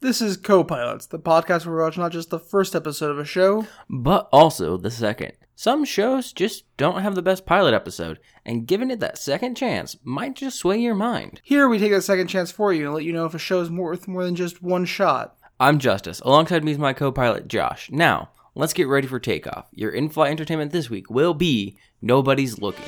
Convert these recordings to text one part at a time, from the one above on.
This is Co Pilots, the podcast where we watch not just the first episode of a show, but also the second. Some shows just don't have the best pilot episode, and giving it that second chance might just sway your mind. here we take a second chance for you and let you know if a show is more, worth more than just one shot. I'm Justice. Alongside me is my co pilot, Josh. Now, let's get ready for takeoff. Your in flight entertainment this week will be Nobody's Looking.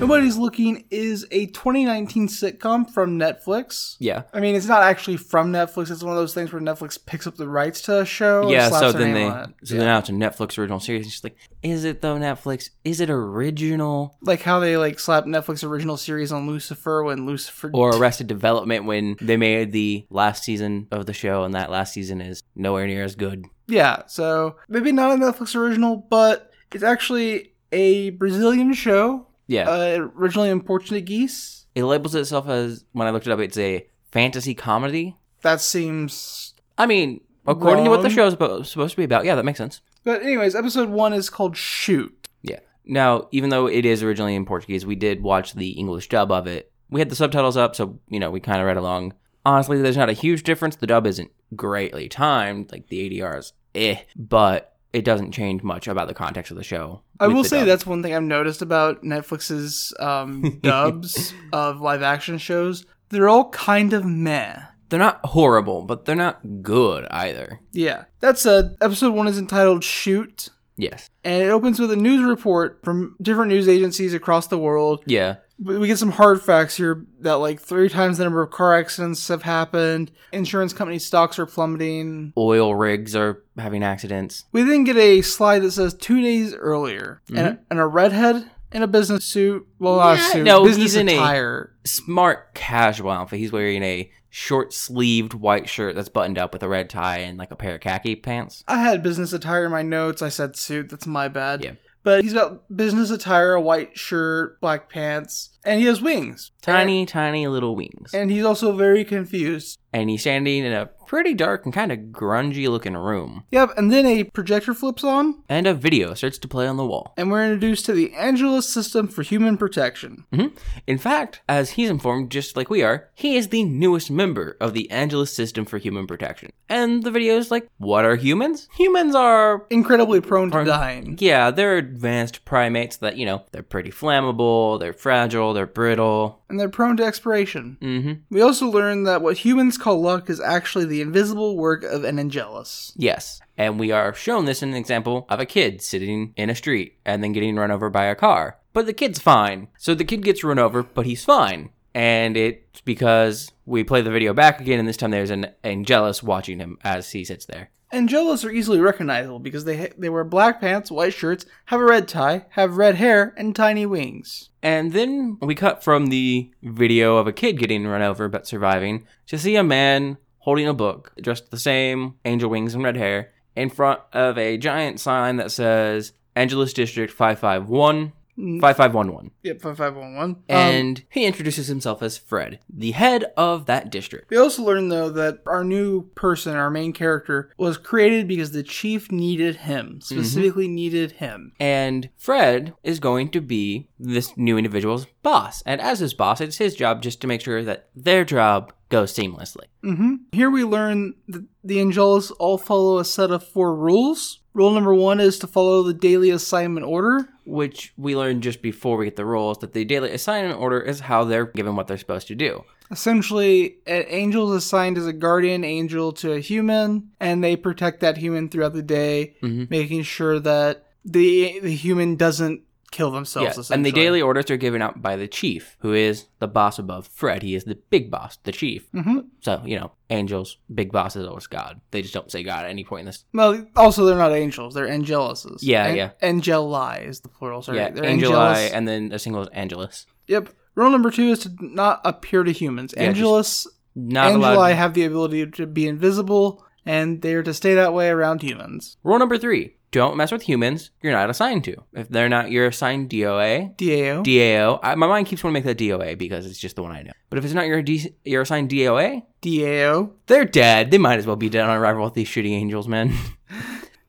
Nobody's Looking is a 2019 sitcom from Netflix. Yeah. I mean, it's not actually from Netflix. It's one of those things where Netflix picks up the rights to a show. and Yeah, Oh, slaps so their then they, name on it. so then now it's a Netflix original series. It's just like, is it though Netflix? Is it original like how they like slapped Netflix original series on Lucifer when Lucifer or Arrested Development when they made the last season of the show, and that last season is nowhere near as good. Yeah, so maybe not a Netflix original, but it's actually a Brazilian show, Yeah, uh, originally in Portuguese. it labels itself as when I looked it up, it's a fantasy comedy. That seems. I mean, according to what the Wrong. show's abo- supposed to be about, yeah, that makes sense. But, anyways, episode one is called Shoot. Yeah. Now, even though it is originally in Portuguese, we did watch the English dub of it. We had the subtitles up, so you know we kind of read along. Honestly, there's not a huge difference. The dub isn't greatly timed, like the ADR is eh, but it doesn't change much about the context of the show. I with will the say dub. that's one thing I've noticed about Netflix's um, dubs of live action shows. They're all kind of meh. they're not horrible, but they're not good either. Yeah. That's uh, episode one is entitled Shoot. Yes. And it opens with a news report from different news agencies across the world Yeah. we we get some hard facts here that like three times the number of car accidents have happened. Insurance company stocks are plummeting. Oil rigs are having accidents. We then get a slide that says two days earlier, and, Mm-hmm. and a redhead in a business suit. Well, not a Yeah, suit, no, business he's in a- attire. Smart casual outfit. He's wearing a short sleeved white shirt that's buttoned up with a red tie and like a pair of khaki pants. I had business attire in my notes. I said suit. That's my bad. Yeah. But he's got business attire, a white shirt, black pants, and he has wings. Tiny, tiny little wings. And he's also very confused. and he's standing in a pretty dark and kind of grungy looking room. Yep. And then a projector flips on, And a video starts to play on the wall. and we're introduced to the Angelus System for Human Protection. hmm In fact, as he's informed, just like we are, he is the newest member of the Angelus System for Human Protection. And the video is like, what are humans? Humans are. incredibly prone to Prone- dying. Yeah, they're advanced primates that, you know, they're pretty flammable, they're fragile, they're brittle. And they're prone to expiration. hmm. We also learn that what humans call luck is actually the invisible work of an Angelus. Yes. And we are shown this in an example of a kid sitting in a street and then getting run over by a car. But the kid's fine. So the kid gets run over, but he's fine. And it's because we play the video back again, and this time there's an Angelus watching him as he sits there. Angelus are easily recognizable because they they wear black pants, white shirts, have a red tie, have red hair, and tiny wings. And then we cut from the video of a kid getting run over but surviving to see a man holding a book, dressed the same, angel wings and red hair, in front of a giant sign that says Angelus District 551 Mm. 5511. Yep, five five one Um, one. and he introduces himself as Fred, the head of that district. we also learn though that our new person, our main character, was created because the chief needed him, specifically needed him. And Fred is going to be this new individual's boss. And as his boss, it's his job just to make sure that their job goes seamlessly. hmm Here we learn that the Angelus all follow a set of four rules. Rule number one is to follow the daily assignment order. Which we learned just before we get the roles that the daily assignment order is how they're given what they're supposed to do. Essentially, an angel is assigned as a guardian angel to a human, and they protect that human throughout the day, Mhm. making sure that the the human doesn't kill themselves. Yeah, and essentially. the daily orders are given out by the chief, who is the boss above Fred. He is the big boss, the chief. Mhm. So, you know, angels, big boss is always God. They just don't say God at any point in this Well, also they're not angels; they're angeluses. Yeah, An- yeah. Angeli is the plural. Sorry, Yeah, they're Angeli, angelus. and then a single is Angelus. Yep. Rule number two is to not appear to humans. Yeah, just- Angelus Not Angeli allowed. have the ability to be invisible, and they are to stay that way around humans. Rule number three: don't mess with humans you're not assigned to. If they're not, you're assigned DOA. DAO. DAO. I, my mind keeps wanting to make that DOA because it's just the one I know. But if it's not your D, you're assigned DOA, DAO. they're dead. They might as well be dead on arrival with these shitty angels, man.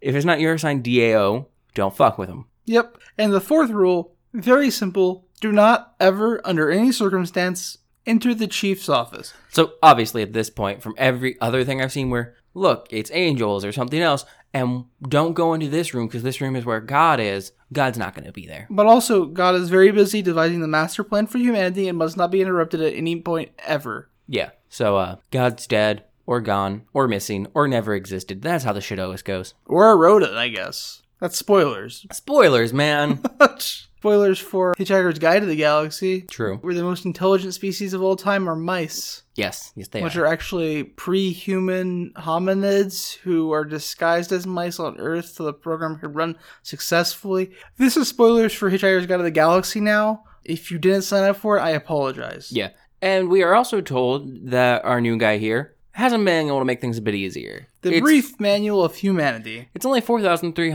if it's not your assigned DAO, don't fuck with them. Yep. And the fourth rule, very simple do not ever, under any circumstance, enter the chief's office. So obviously, at this point, from every other thing I've seen, where look, it's angels or something else, and don't go into this room because this room is where God is. God's not going to be there. But also, God is very busy devising the master plan for humanity and must not be interrupted at any point ever. Yeah. So uh, God's dead or gone or missing or never existed. That's how the shit always goes. Or eroded, I guess. That's spoilers. Spoilers, man. spoilers for Hitchhiker's Guide to the Galaxy, True. where the most intelligent species of all time are mice. Yes. Yes, they which are. are actually pre-human hominids who are disguised as mice on Earth, so the program could run successfully. This is spoilers for Hitchhiker's Guide to the Galaxy. Now, if you didn't sign up for it, I apologize. Yeah. And we are also told that our new guy here has a manual to make things a bit easier. The It's- brief manual of humanity. It's only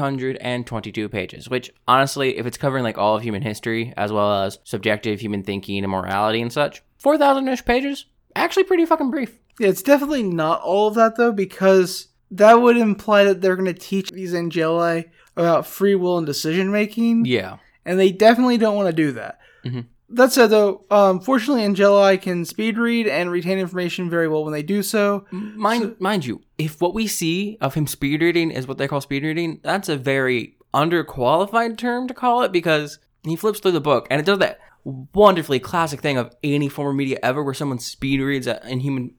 4,322 pages, which honestly, if it's covering like all of human history, as well as subjective human thinking and morality and such, 4,000 ish pages, actually pretty fucking brief. Yeah, it's definitely not all of that though, because that would imply that they're going to teach these Angeli about free will and decision making. Yeah. and they definitely don't want to do that. Mhm. That said, though, um, fortunately, Angeli can speed read and retain information very well when they do so. Mind, mind you, if what we see of him speed reading is what they call speed reading, that's a very underqualified term to call it because he flips through the book and it does that wonderfully classic thing of any form of media ever where someone speed reads at inhuman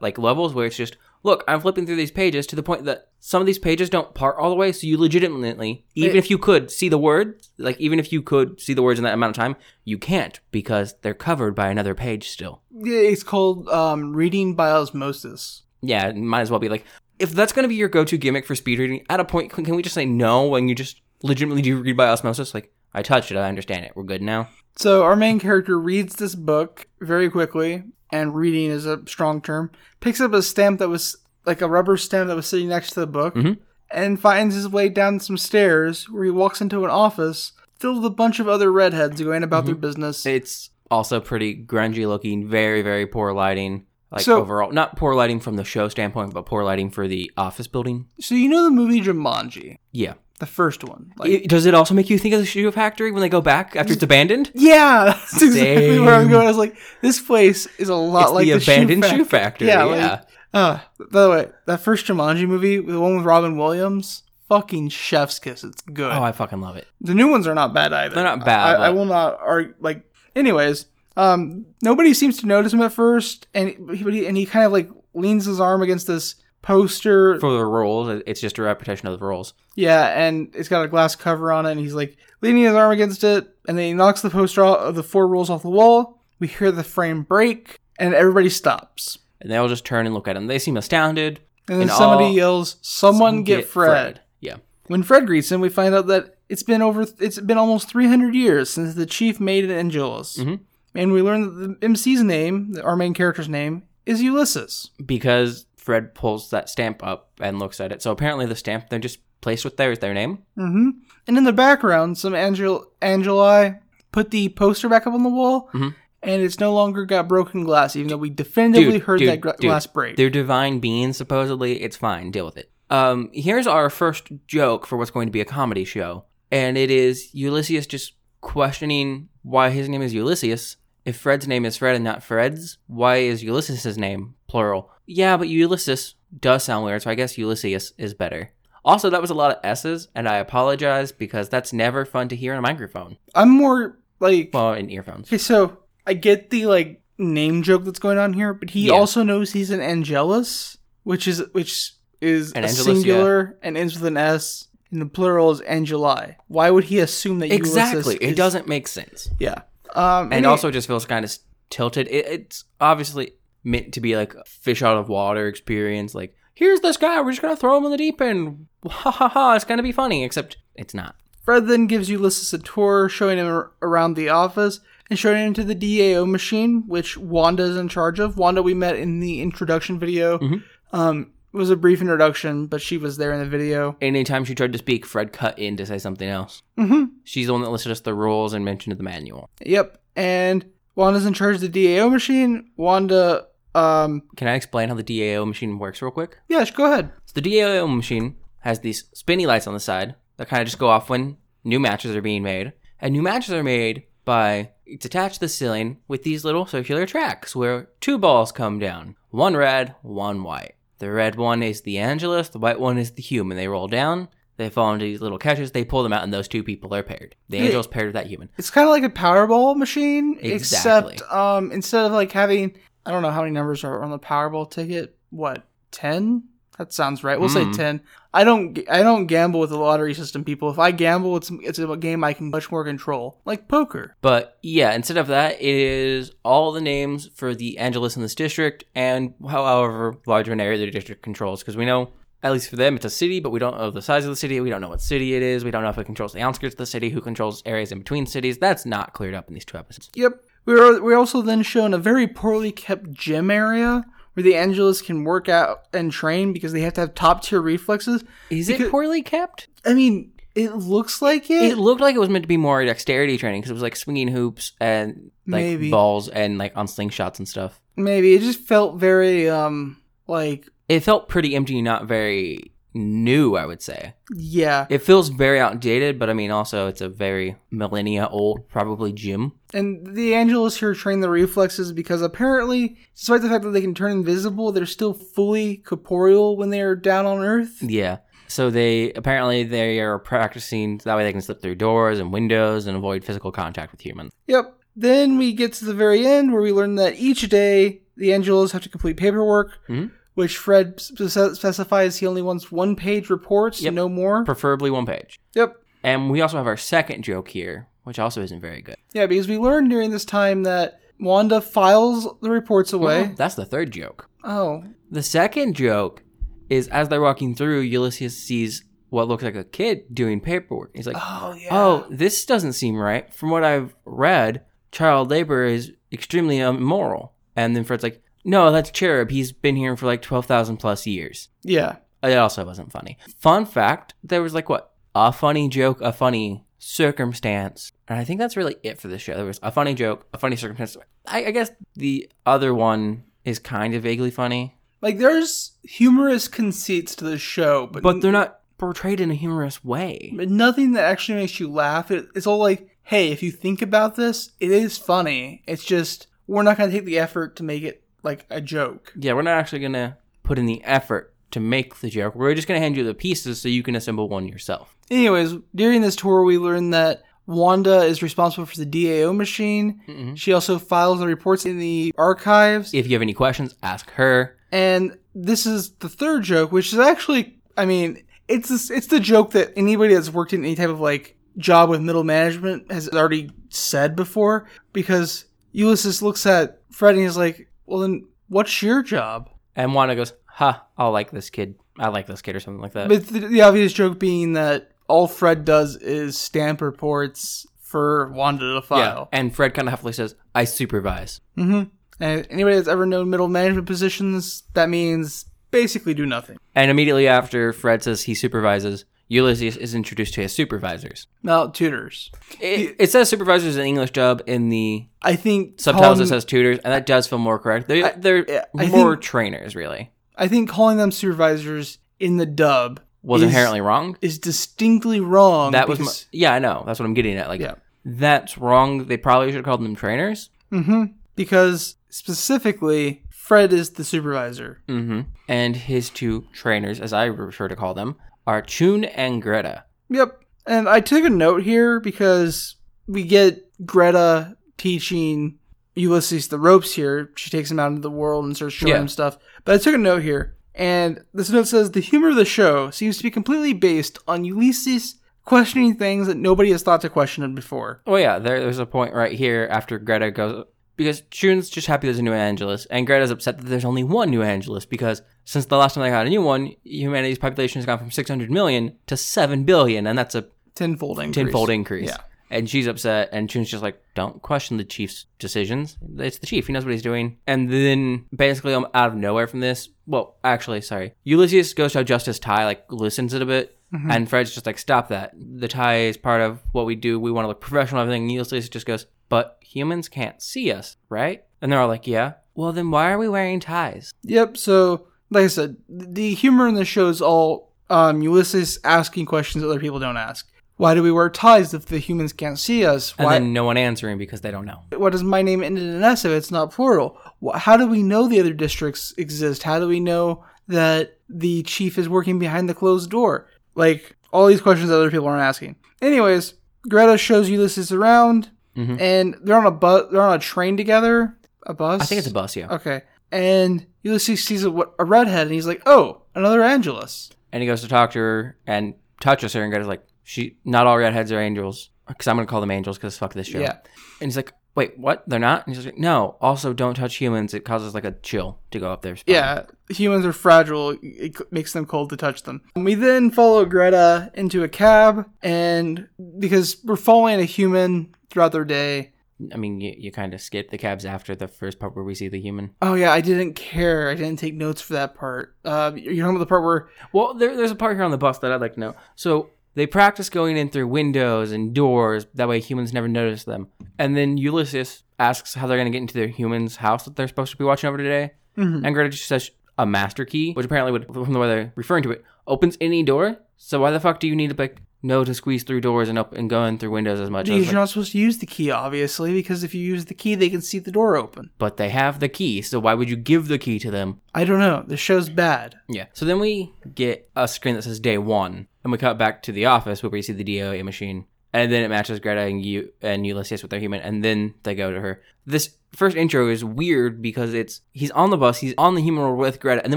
like levels where it's just look i'm flipping through these pages to the point that some of these pages don't part all the way so you legitimately even It- if you could see the word like even if you could see the words in that amount of time you can't because they're covered by another page still Yeah, It's called um, reading by osmosis. yeah, it might as well be like if that's going to be your go-to gimmick for speed reading. At a point, can can we just say no when you just legitimately do read by osmosis? Like I touched it, I understand it. We're good now. So our main character reads this book very quickly, and reading is a strong term. Picks up a stamp that was like a rubber stamp that was sitting next to the book, Mhm. and finds his way down some stairs where he walks into an office filled with a bunch of other redheads going about their business. It's also pretty grungy looking, very very poor lighting. Like So- overall, not poor lighting from the show standpoint, but poor lighting for the office building. So you know the movie Jumanji, Yeah. the first one. It- does it also make you think of the shoe factory when they go back after it's abandoned? Yeah, that's exactly where I'm Same. going. I was like, this place is a lot It's like the, the, abandoned shoe, shoe factory. factory. Yeah, Yeah. like- Uh, by the way, that first Jumanji movie, the one with Robin Williams, fucking chef's kiss. It's good. oh, I fucking love it. the new ones are not bad either. They're not bad, I, I but- will not argue. Like, anyways, um, nobody seems to notice him at first, and he, but he and he kind of like leans his arm against this poster. For the roles, it's just a repetition of the roles. yeah, and it's got a glass cover on it, and he's like leaning his arm against it, and then he knocks the poster off of the four rules off the wall. We hear the frame break, and everybody stops. And they all just turn and look at him. They seem astounded. And then And somebody all- yells, "Someone get, Fred. Yeah. When Fred greets him, we find out that it's been over. It's been almost 300 years since the chief made an Angelus, Mhm. and we learn that the MC's name, our main character's name, is Ulysses. Because Fred pulls that stamp up and looks at it. So apparently the stamp they're just placed with there is their name. hmm And in the background, some Angel Angeli put the poster back up on the wall, Mhm. and it's no longer got broken glass, even though we definitively Dude, heard dude, that gra- dude, glass break. They're divine beings, supposedly. It's fine. Deal with it. Um, here's our first joke for what's going to be a comedy show. And it is Ulysses just questioning why his name is Ulysses. If Fred's name is Fred and not Fred's, why is Ulysses' name plural? Yeah, but Ulysses does sound weird, so I guess Ulysses is better. Also, that was a lot of S's, and I apologize because that's never fun to hear on a microphone. I'm more like Well, in earphones. Okay, so I get the like name joke that's going on here, but he Yeah. also knows he's an Angelus, which is which is An a Angelus, singular and ends with an S, and the plural is Angeli. Why would he assume that Exactly. Ulysses It is- doesn't make sense. Yeah. Um, and any- also just feels kind of s- tilted. It, it's obviously meant to be like a fish out of water experience. Like, here's this guy, we're just gonna throw him in the deep end. Ha ha ha! It's gonna be funny, except it's not. Fred then gives Ulysses a tour, showing him ar- around the office and showing him to the DAO machine, which Wanda is in charge of. Wanda we met in the introduction video. Mhm. Um, It was a brief introduction, but she was there in the video. Anytime she tried to speak, Fred cut in to say something else. Mm-hmm. She's the one that listed us the rules and mentioned the manual. Yep. And Wanda's in charge of the DAO machine. Wanda, um, Can I explain how the DAO machine works real quick? yeah, sh- go ahead. So the DAO machine has these spinny lights on the side that kind of just go off when new matches are being made. And new matches are made by it's attached to the ceiling with these little circular tracks where two balls come down. One red, one white. The red one is the Angelus, the white one is the human. They roll down, they fall into these little catches, they pull them out, and those two people are paired. The Yeah. Angelus paired with that human. It's kind of like a Powerball machine, Exactly. except um, instead of like having, I don't know how many numbers are on the Powerball ticket. What ten? That sounds right. We'll Mm. say ten. I don't. g- I don't gamble with the lottery system, people. If I gamble, it's it's a game I can much more control, like poker. But yeah, instead of that, it is all the names for the Angelus in this district and however large of an area the district controls. Because we know, at least for them, it's a city, but we don't know the size of the city. We don't know what city it is. We don't know if it controls the outskirts of the city, who controls areas in between cities. That's not cleared up in these two episodes. Yep. We were we were also then shown a very poorly kept gym area where the Angelus can work out and train because they have to have top tier reflexes. Is Because- it poorly kept? I mean, it looks like it. It looked like it was meant to be more dexterity training because it was like swinging hoops and like Maybe. balls and like on slingshots and stuff. Maybe it just felt very um like It felt pretty empty, not very new, I would say. yeah. It feels very outdated, but I mean, also it's a very millennia old, probably gym. And the Angelus here train the reflexes because apparently, despite the fact that they can turn invisible, they're still fully corporeal when they are down on Earth. Yeah. So they apparently they are practicing that way they can slip through doors and windows and avoid physical contact with humans. Yep. Then we get to the very end where we learn that each day the Angelos have to complete paperwork, Mhm. which Fred spec- specifies he only wants one page reports, Yep. no more. Preferably one page. yep. And we also have our second joke here, which also isn't very good. Yeah, because we learned during this time that Wanda files the reports away. Well, that's the third joke. Oh, The second joke is as they're walking through, Ulysses sees what looks like a kid doing paperwork. He's like, oh yeah. Oh, this doesn't seem right. From what I've read, child labor is extremely immoral. And then Fred's like, no, that's Cherub. He's been here for like 12,000 plus years. yeah. It also wasn't funny. Fun fact there was like what? A funny joke, a funny circumstance. And I think that's really it for the show. There was a funny joke, a funny circumstance. I, I guess the other one is kind of vaguely funny, Like there's humorous conceits to the show, but but they're not portrayed in a humorous way. but nothing that actually makes you laugh. It, it's all like, hey, if you think about this, it is funny. It's just we're not gonna take the effort to make it like a joke. Yeah, we're not actually gonna put in the effort to make the joke. We're just gonna hand you the pieces so you can assemble one yourself. Anyways, during this tour, we learn that Wanda is responsible for the DAO machine. She also files the reports in the archives. If you have any questions, ask her. And this is the third joke, which is actually, I mean, it's this, it's the joke that anybody that's worked in any type of like job with middle management has already said before. Because Ulysses looks at Fred and he's like, "Well, then, what's your job?" And Wanda goes, "Ha! I'll like this kid. I like this kid," or something like that. But the, the obvious joke being that all Fred does is stamp reports for Wanda to yeah. file. And Fred kind of huffily says, "I supervise." hmm And anybody that's ever known middle management positions, that means basically do nothing. And immediately after Fred says he supervises, Ulysses is introduced to his supervisors. Now, tutors. It, it says supervisors in English dub in the I think subtitles. calling- It says tutors, and that does feel more correct. They're, they're I think- more trainers, really. I think calling them supervisors in the dub Was is, inherently wrong. is distinctly wrong. That was my, because, yeah, I know. That's what I'm getting at. Like, Yeah. that's wrong. They probably should have called them trainers. hmm because specifically Fred is the supervisor. hmm And his two trainers, as I refer to call them, are Chun and Greta. Yep. And I took a note here because we get Greta teaching Ulysses the ropes here. She takes him out into the world and starts showing Yeah. him stuff. But I took a note here, and this note says the humor of the show seems to be completely based on Ulysses questioning things that nobody has thought to question him before. Oh yeah, there, there's a point right here after Greta goes because Chun's just happy there's a new Angelus, and Greta's upset that there's only one new Angelus because since the last time they got a new one, humanity's population has gone from 600 million to 7 billion, and that's a Tenfold increase. tenfold increase. Yeah. and she's upset, and Chun's just like, "Don't question the chief's decisions. It's the chief. He knows what he's doing." And then basically, I'm out of nowhere from this. Well, actually, sorry. Ulysses goes to Justice Ty, like listens it a bit, Mhm. and Fred's just like, "Stop that. The tie is part of what we do. We want to look professional. and Everything." And Ulysses just goes, "But humans can't see us, right?" And they're all like, "Yeah." Well, then why are we wearing ties? Yep. So, like I said, the humor in the show is all um, Ulysses asking questions other people don't ask. Why do we wear ties if the humans can't see us? And Why? then no one answering because they don't know. what does my name end in an S if it's not plural? Wh- How do we know the other districts exist? How do we know that the chief is working behind the closed door? Like all these questions that other people aren't asking. Anyways, Greta shows Ulysses around, Mhm. and they're on a bus. They're on a train together. A bus. I think it's a bus, yeah. Okay. And Ulysses sees a, a redhead and he's like, oh, another Angelus. and he goes to talk to her and touches her and goes like she not all redheads are angels because i'm gonna call them angels because fuck this show Yeah. and he's like wait what they're not and he's like no also don't touch humans it causes like a chill to go up there Yeah. Humans are fragile. It c- makes them cold to touch them. We then follow Greta into a cab and because we're following a human throughout their day. i mean you, you kind of skip the cabs after the first part where we see the human Oh, yeah. I didn't care. I didn't take notes for that part. Uh, you're talking about the part where, well there, there's a part here on the bus that i'd like to know so they practice going in through windows and doors that way humans never notice them and then ulysses asks how they're gonna get into their human's house that they're supposed to be watching over today Mhm. and Greta just says a master key, which apparently would, from the way they're referring to it, opens any door. So why the fuck do you need to like no to squeeze through doors and up and go in through windows as much? I was Because like, you're not supposed to use the key, obviously, because if you use the key, they can see the door open. but they have the key, so why would you give the key to them? I don't know. The show's bad. Yeah. So then we get a screen that says day one, and we cut back to the office where we see the DOA machine, and then it matches Greta and you and Ulysses with their human, and then they go to her. This first intro is weird because it's he's on the bus, he's on the human world with Greta, and then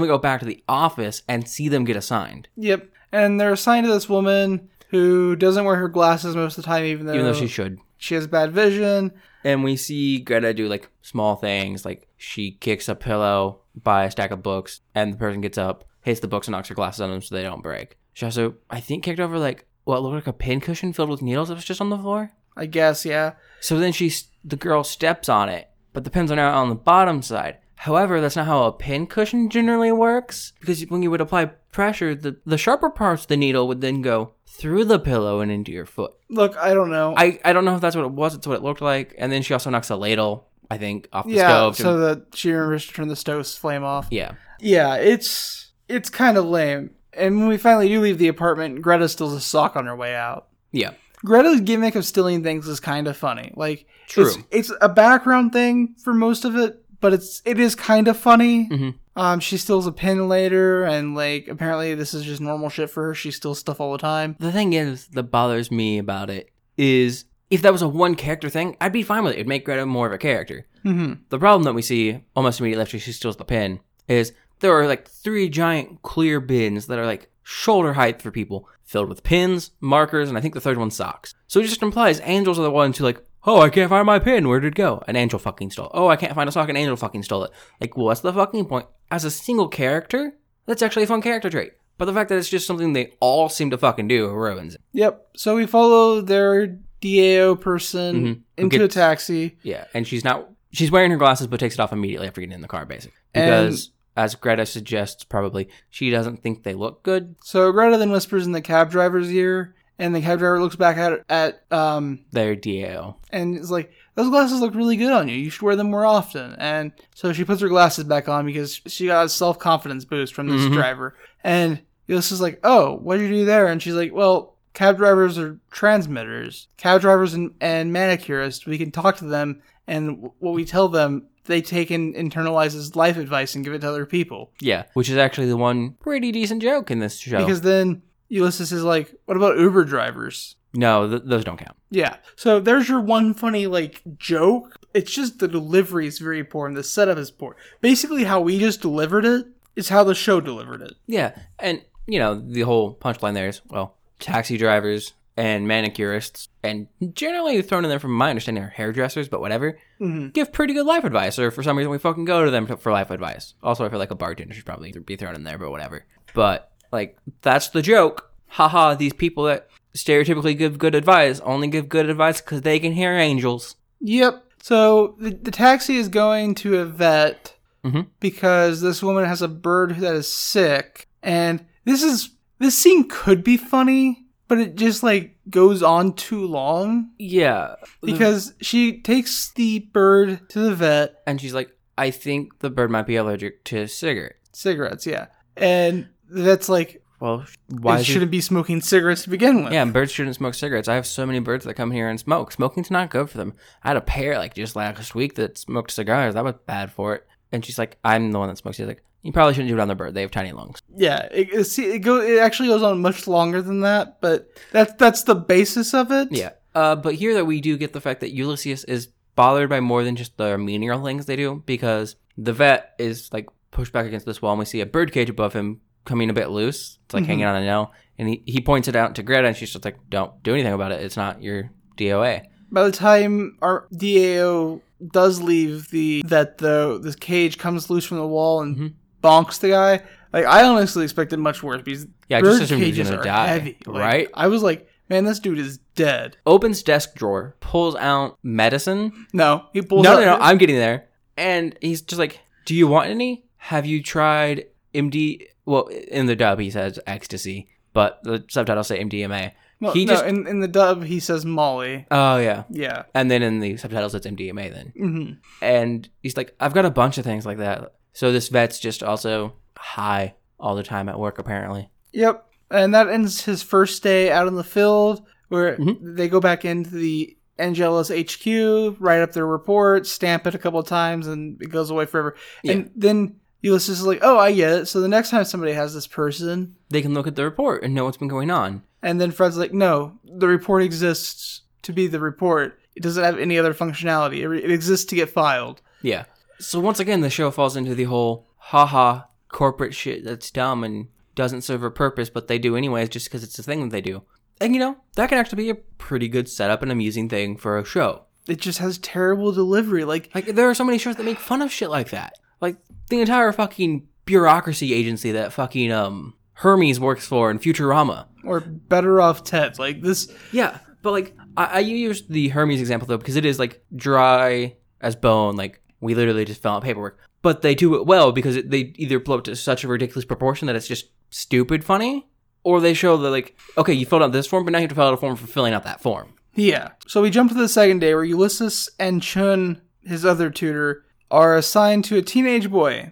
we go back to the office and see them get assigned. Yep. And they're assigned to this woman who doesn't wear her glasses most of the time, even though, Even though she should. she has bad vision. And we see Greta do like small things, like she kicks a pillow by a stack of books, and the person gets up, hits the books, and knocks her glasses on them so they don't break. She also, I think, kicked over like what looked like a pincushion filled with needles that was just on the floor. I guess, yeah. So then she, the girl steps on it, but the pins are now on the bottom side. However, that's not how a pincushion generally works, because when you would apply pressure, the, the sharper parts of the needle would then go through the pillow and into your foot. Look, I don't know. I, I don't know if that's what it was. It's what it looked like. And then she also knocks a ladle, I think, off the yeah, stove. to- so that she remembers to turn the stove's flame off. yeah. Yeah, it's it's kind of lame. And when we finally do leave the apartment, Greta steals a sock on her way out. Yeah. Greta's gimmick of stealing things is kind of funny. Like, True. It's, it's a background thing for most of it, but it's it is kind of funny. Mhm. Um, she steals a pin later, and like apparently this is just normal shit for her. She steals stuff all the time. The thing is that bothers me about it is if that was a one character thing, I'd be fine with it. It'd make Greta more of a character. hmm The problem that we see almost immediately after she steals the pin is there are like three giant clear bins that are like shoulder height for people, filled with pins, markers, and I think the third one socks. So it just implies angels are the ones who like, oh, I can't find my pin. Where did it go? An angel fucking stole. it. Oh, I can't find a sock. An angel fucking stole it. Like, well, what's the fucking point? As a single character, that's actually a fun character trait. But the fact that it's just something they all seem to fucking do ruins it. Yep. So we follow their DAO person Mhm. Who into gets- a taxi. Yeah, and she's not. She's wearing her glasses, but takes it off immediately after getting in the car, basically, And- because as Greta suggests, probably she doesn't think they look good. So Greta then whispers in the cab driver's ear, and the cab driver looks back at at um They're DAO. and is like, "Those glasses look really good on you. You should wear them more often." And so she puts her glasses back on because she got a self confidence boost from this Mhm. driver. And Ulysses is like, "Oh, what did you do there?" And she's like, "Well." Cab drivers are transmitters. Cab drivers and, and manicurists, we can talk to them, and w- what we tell them, they take and internalize as life advice and give it to other people. Yeah, which is actually the one pretty decent joke in this show. Because then Ulysses is like, "What about Uber drivers?" no, th- those don't count. Yeah. So there's your one funny like joke. It's just the delivery is very poor and the setup is poor. Basically, how we just delivered it is how the show delivered it. Yeah, and you know the whole punchline there is well, taxi drivers and manicurists, and generally thrown in there from my understanding are hairdressers, but whatever, Mm-hmm. give pretty good life advice. Or for some reason we fucking go to them for life advice. Also, I feel like a bartender should probably be thrown in there, but whatever. But like that's the joke. Haha, these people that stereotypically give good advice only give good advice because they can hear angels. Yep. So the, the taxi is going to a vet Mhm. because this woman has a bird that is sick, and this is this scene could be funny, but it just like goes on too long Yeah. because she takes the bird to the vet. and she's like, I think the bird might be allergic to cigarettes. Cigarettes, yeah, and the vet's like, Well, why "Why is it- shouldn't be smoking cigarettes to begin with?" Yeah, and birds shouldn't smoke cigarettes. I have so many birds that come here and smoke. Smoking's not good for them. I had a pair like just last week that smoked cigars. That was bad for it. And she's like, I'm the one that smokes. She's like, you probably shouldn't do it on the bird. They have tiny lungs. yeah. It, it, see, it go. It actually goes on much longer than that, but that's that's the basis of it. Yeah. Uh, but here that we do get the fact that Ulysses is bothered by more than just the menial things they do because the vet is like pushed back against this wall and we see a birdcage above him coming a bit loose. It's like Mhm. hanging on a nail. And he, he points it out to Greta and she's just like, don't do anything about it. It's not your DOA. By the time our DAO does leave the that though, this cage comes loose from the wall and Mhm. bonks the guy. Like I honestly expected much worse because Yeah, I bird just assumed he was cages going to are die. heavy. Like, right? I was like, man, this dude is dead. Opens desk drawer, pulls out medicine. No, he No, pulls. no, out- no. I'm getting there. And he's just like, do you want any? Have you tried MD? Well, in the dub, he says ecstasy, but the subtitles say MDMA. Well, he no, just- in, in the dub he says Molly. Oh yeah. Yeah. And then in the subtitles it's MDMA then. hmm And he's like, I've got a bunch of things like that. So this vet's just also high all the time at work apparently. Yep. And that ends his first day out in the field, where Mhm. they go back into the Angelus HQ, write up their report, stamp it a couple of times, and it goes away forever. Yeah. And then Ulysses is like, "Oh, I get it." So the next time somebody has this person, They can look at the report and know what's been going on. and then Fred's like, "No, the report exists to be the report. It doesn't have any other functionality. It, re- it exists to get filed." Yeah. So once again the show falls into the whole haha corporate shit that's dumb and doesn't serve a purpose, but they do anyways just because it's a thing that they do. And you know, that can actually be a pretty good setup and amusing thing for a show. It just has terrible delivery. Like, Like there are so many shows that make fun of shit like that. Like the entire fucking bureaucracy agency that fucking um Hermes works for in Futurama. or better off Ted. Like this. Yeah, but like I, I used the Hermes example though because it is like dry as bone. Like we literally just fill out paperwork, but they do it well because it, they either blow up to such a ridiculous proportion that it's just stupid funny, or they show that like okay, you filled out this form, but now you have to fill out a form for filling out that form. Yeah. So we jump to the second day where Ulysses and Chun, his other tutor, are assigned to a teenage boy.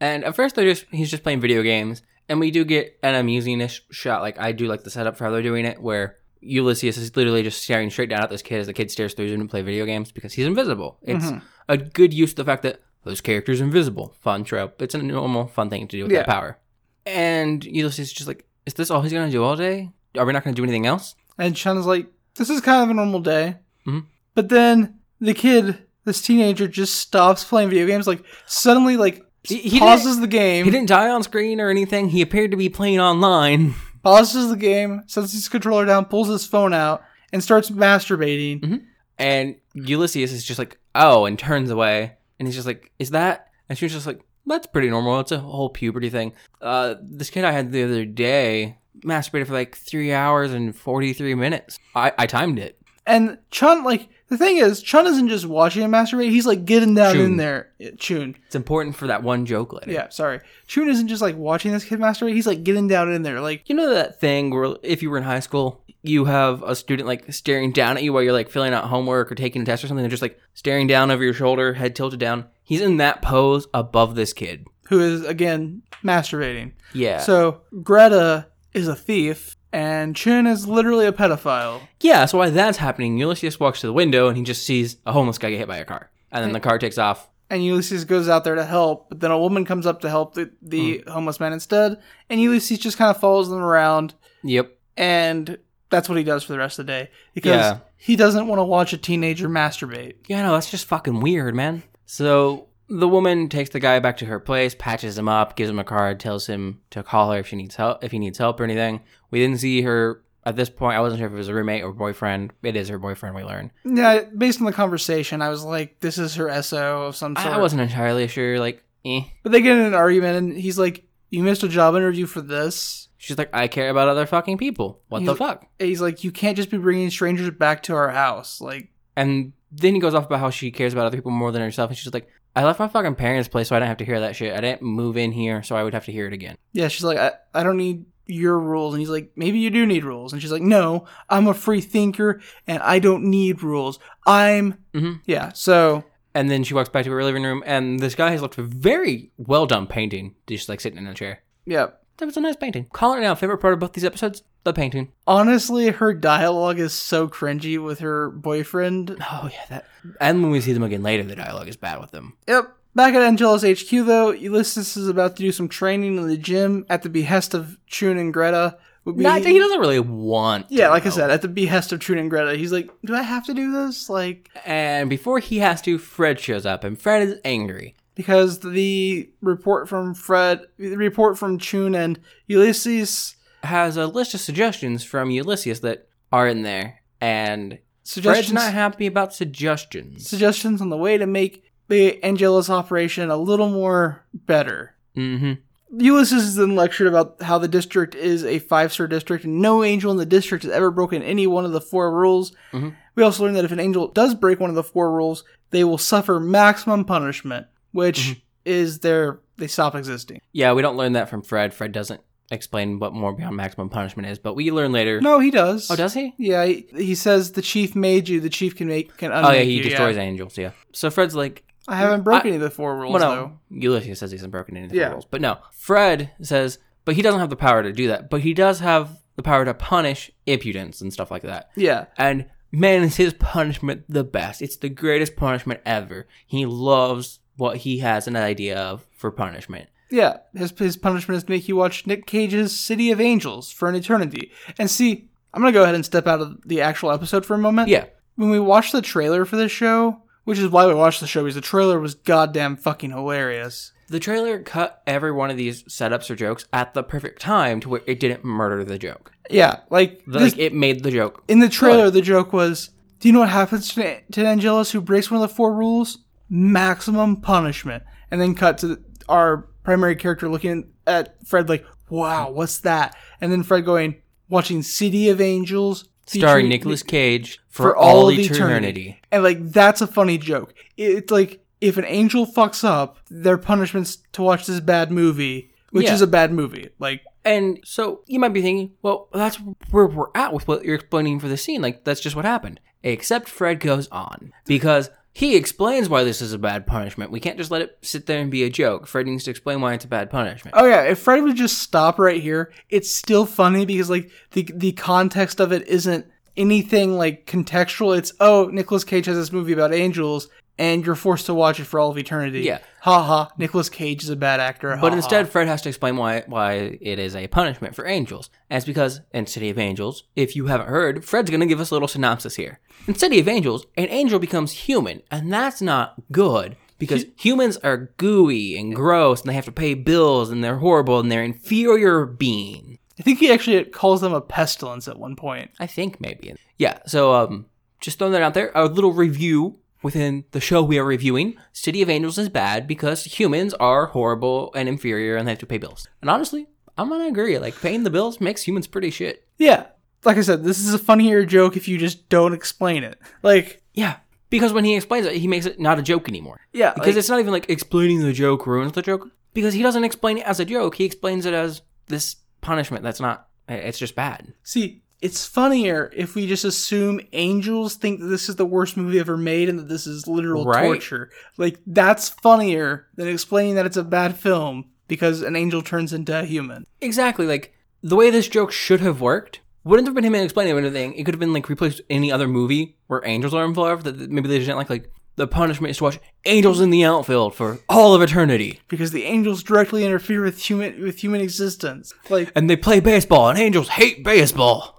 And at first, they're just he's just playing video games, and we do get an amusing-ish shot. Like I do like the setup for how they're doing it, where Ulysses is literally just staring straight down at this kid as the kid stares through him to play video games because he's invisible. It's a good use of the fact that this character's invisible. Fun trope. It's a normal fun thing to do with that Yeah. power. And Ulysses is just like, is this all he's gonna do all day? Are we not gonna do anything else? And Chun's like, this is kind of a normal day. Mhm. But then the kid, this teenager, just stops playing video games. Like, suddenly, like, He- he pauses the game, He didn't die on screen or anything. He appeared to be playing online. pauses the game, sets his controller down, pulls his phone out, and starts masturbating. Mm-hmm. And Ulysses is just like, oh, and turns away. And he's just like, is that? And she's just like, that's pretty normal. It's a whole puberty thing. Uh, this kid I had the other day masturbated for like three hours and 43 minutes. I, I timed it. And Chun, like, the thing is, Chun isn't just watching him masturbate, he's like getting down Chun. in there. Yeah, Chun. It's important for that one joke later. Yeah, sorry. Chun isn't just like watching this kid masturbate, he's like getting down in there. Like, You know that thing where if you were in high school, you have a student like staring down at you while you're like filling out homework or taking a test or something. They're just like staring down over your shoulder, head tilted down. He's in that pose above this kid. who is, again, masturbating. Yeah. So, Greta is a thief, and Chun is literally a pedophile. Yeah, so while that's happening, Ulysses walks to the window and he just sees a homeless guy get hit by a car. And then the car takes off. And Ulysses goes out there to help, but then a woman comes up to help the, the Hmm. homeless man instead, and Ulysses just kind of follows them around, Yep. and that's what he does for the rest of the day because Yeah. he doesn't want to watch a teenager masturbate. Yeah, no, that's just fucking weird, man. So the woman takes the guy back to her place, patches him up, gives him a card, tells him to call her if she needs help if he needs help or anything. We didn't see her at this point. I wasn't sure if it was a roommate or boyfriend. It is her boyfriend, we learn. Yeah, based on the conversation, I was like, this is her SO of some sort. I wasn't entirely sure, like, eh. But they get in an argument, and he's like, You missed a job interview for this. She's like, I care about other fucking people. What the He's- fuck? And he's like, you can't just be bringing strangers back to our house. Like, And then he goes off about how she cares about other people more than herself. And she's like, I left my fucking parents' place so I didn't have to hear that shit. I didn't move in here so I would have to hear it again. yeah, she's like, I, I don't need your rules. And he's like, maybe you do need rules. And she's like, no, I'm a free thinker and I don't need rules. I'm, Mhm. yeah. So And then she walks back to her living room, and this guy has looked very well done painting. Just like sitting in a chair. yeah. That was a nice painting. Call it now. Favorite part of both these episodes? The painting. Honestly, her dialogue is so cringy with her boyfriend. Oh yeah, that. And when we see them again later, the dialogue is bad with them. Yep. Back at Angelus HQ, though, Ulysses is about to do some training in the gym at the behest of Chun and Greta. Would be- Not, he doesn't really want. to, yeah, like I though. said, at the behest of Chun and Greta. He's like, do I have to do this? Like, And before he has to, Fred shows up, and Fred is angry. because the report from Fred, the report from Chun and Ulysses Has a list of suggestions from Ulysses that are in there, and Fred's suggestions not happy about suggestions. suggestions on the way to make the Angelus operation a little more better. Mm-hmm. Ulysses is then lectured about how the district is a five star district and no angel in the district has ever broken any one of the four rules. Mhm. We also learn that if an angel does break one of the four rules, they will suffer maximum punishment, which Mm-hmm. is their they stop existing. Yeah, we don't learn that from Fred. Fred doesn't explain what more beyond maximum punishment is, but we learn later. No, he does. Oh, does he? Yeah, he, he says the chief made you. The chief can make can unmake Oh, yeah, he you, destroys angels. Yeah. So Fred's like, I haven't broken I- um, any of the four rules well, though. no, Ulysses says he hasn't broken any of the Yeah. rules, but no, Fred says, but he doesn't have the power to do that, but he does have the power to punish impudence and stuff like that. Yeah, And man, is his punishment the best? It's the greatest punishment ever. He loves what he has an idea of for punishment. yeah. His his punishment is to make you watch Nick Cage's City of Angels for an eternity. And see, I'm gonna go ahead and step out of the actual episode for a moment. Yeah, when we watched the trailer for this show, which is why we watched the show, because the trailer was goddamn fucking hilarious. the trailer cut every one of these setups or jokes at the perfect time to where it didn't murder the joke. Yeah, like, The- this- like it made the joke in the trailer, the joke was, "Do you know what happens to, to Angelus who breaks one of the four rules? Maximum punishment." And then cut to our primary character looking at Fred like, "Wow, what's that?" And then Fred going, "Watching City of Angels." starring featuring- Nicolas Cage for, for all, all of eternity. eternity. And like that's a funny joke. It's like if an angel fucks up, their punishment's to watch this bad movie, which Yeah. is a bad movie. Like And so you might be thinking, well, that's where we're at with what you're explaining for the scene. Like, that's just what happened. Except Fred goes on because he explains why this is a bad punishment. We can't just let it sit there and be a joke. Fred needs to explain why it's a bad punishment. oh yeah, if Fred would just stop right here, it's still funny because like the the context of it isn't anything like contextual. It's oh, Nicolas Cage has this movie about angels and you're forced to watch it for all of eternity. Yeah. Ha ha, Nicolas Cage is a bad actor. But ha instead, ha. Fred has to explain why why it is a punishment for angels. And it's because in City of Angels, if you haven't heard, Fred's going to give us a little synopsis here. In City of Angels, an angel becomes human, and that's not good because humans are gooey and gross, and they have to pay bills, and they're horrible, and they're inferior being. I think he actually calls them a pestilence at one point. I think maybe. Yeah. So um, just throwing that out there. A little review within the show we are reviewing. City of Angels is bad because humans are horrible and inferior, and they have to pay bills. And honestly, I'm gonna agree. Like paying the bills makes humans pretty shit. Yeah. Like I said, this is a funnier joke if you just don't explain it. Like, Yeah. Because when he explains it, he makes it not a joke anymore. yeah, Because it's not even like explaining the joke ruins the joke. Because he doesn't explain it as a joke. He explains it as this punishment that's not. It's just bad. see, it's funnier if we just assume angels think that this is the worst movie ever made and that this is literal Right. torture. Like, that's funnier than explaining that it's a bad film because an angel turns into a human. Exactly. Like the way this joke should have worked wouldn't have been him explaining anything. It could have been like replaced with any other movie where angels are involved. That that maybe they didn't like. Like the punishment is to watch angels in the outfield for all of eternity, Because the angels directly interfere with human with human existence. Like and they play baseball, and angels hate baseball.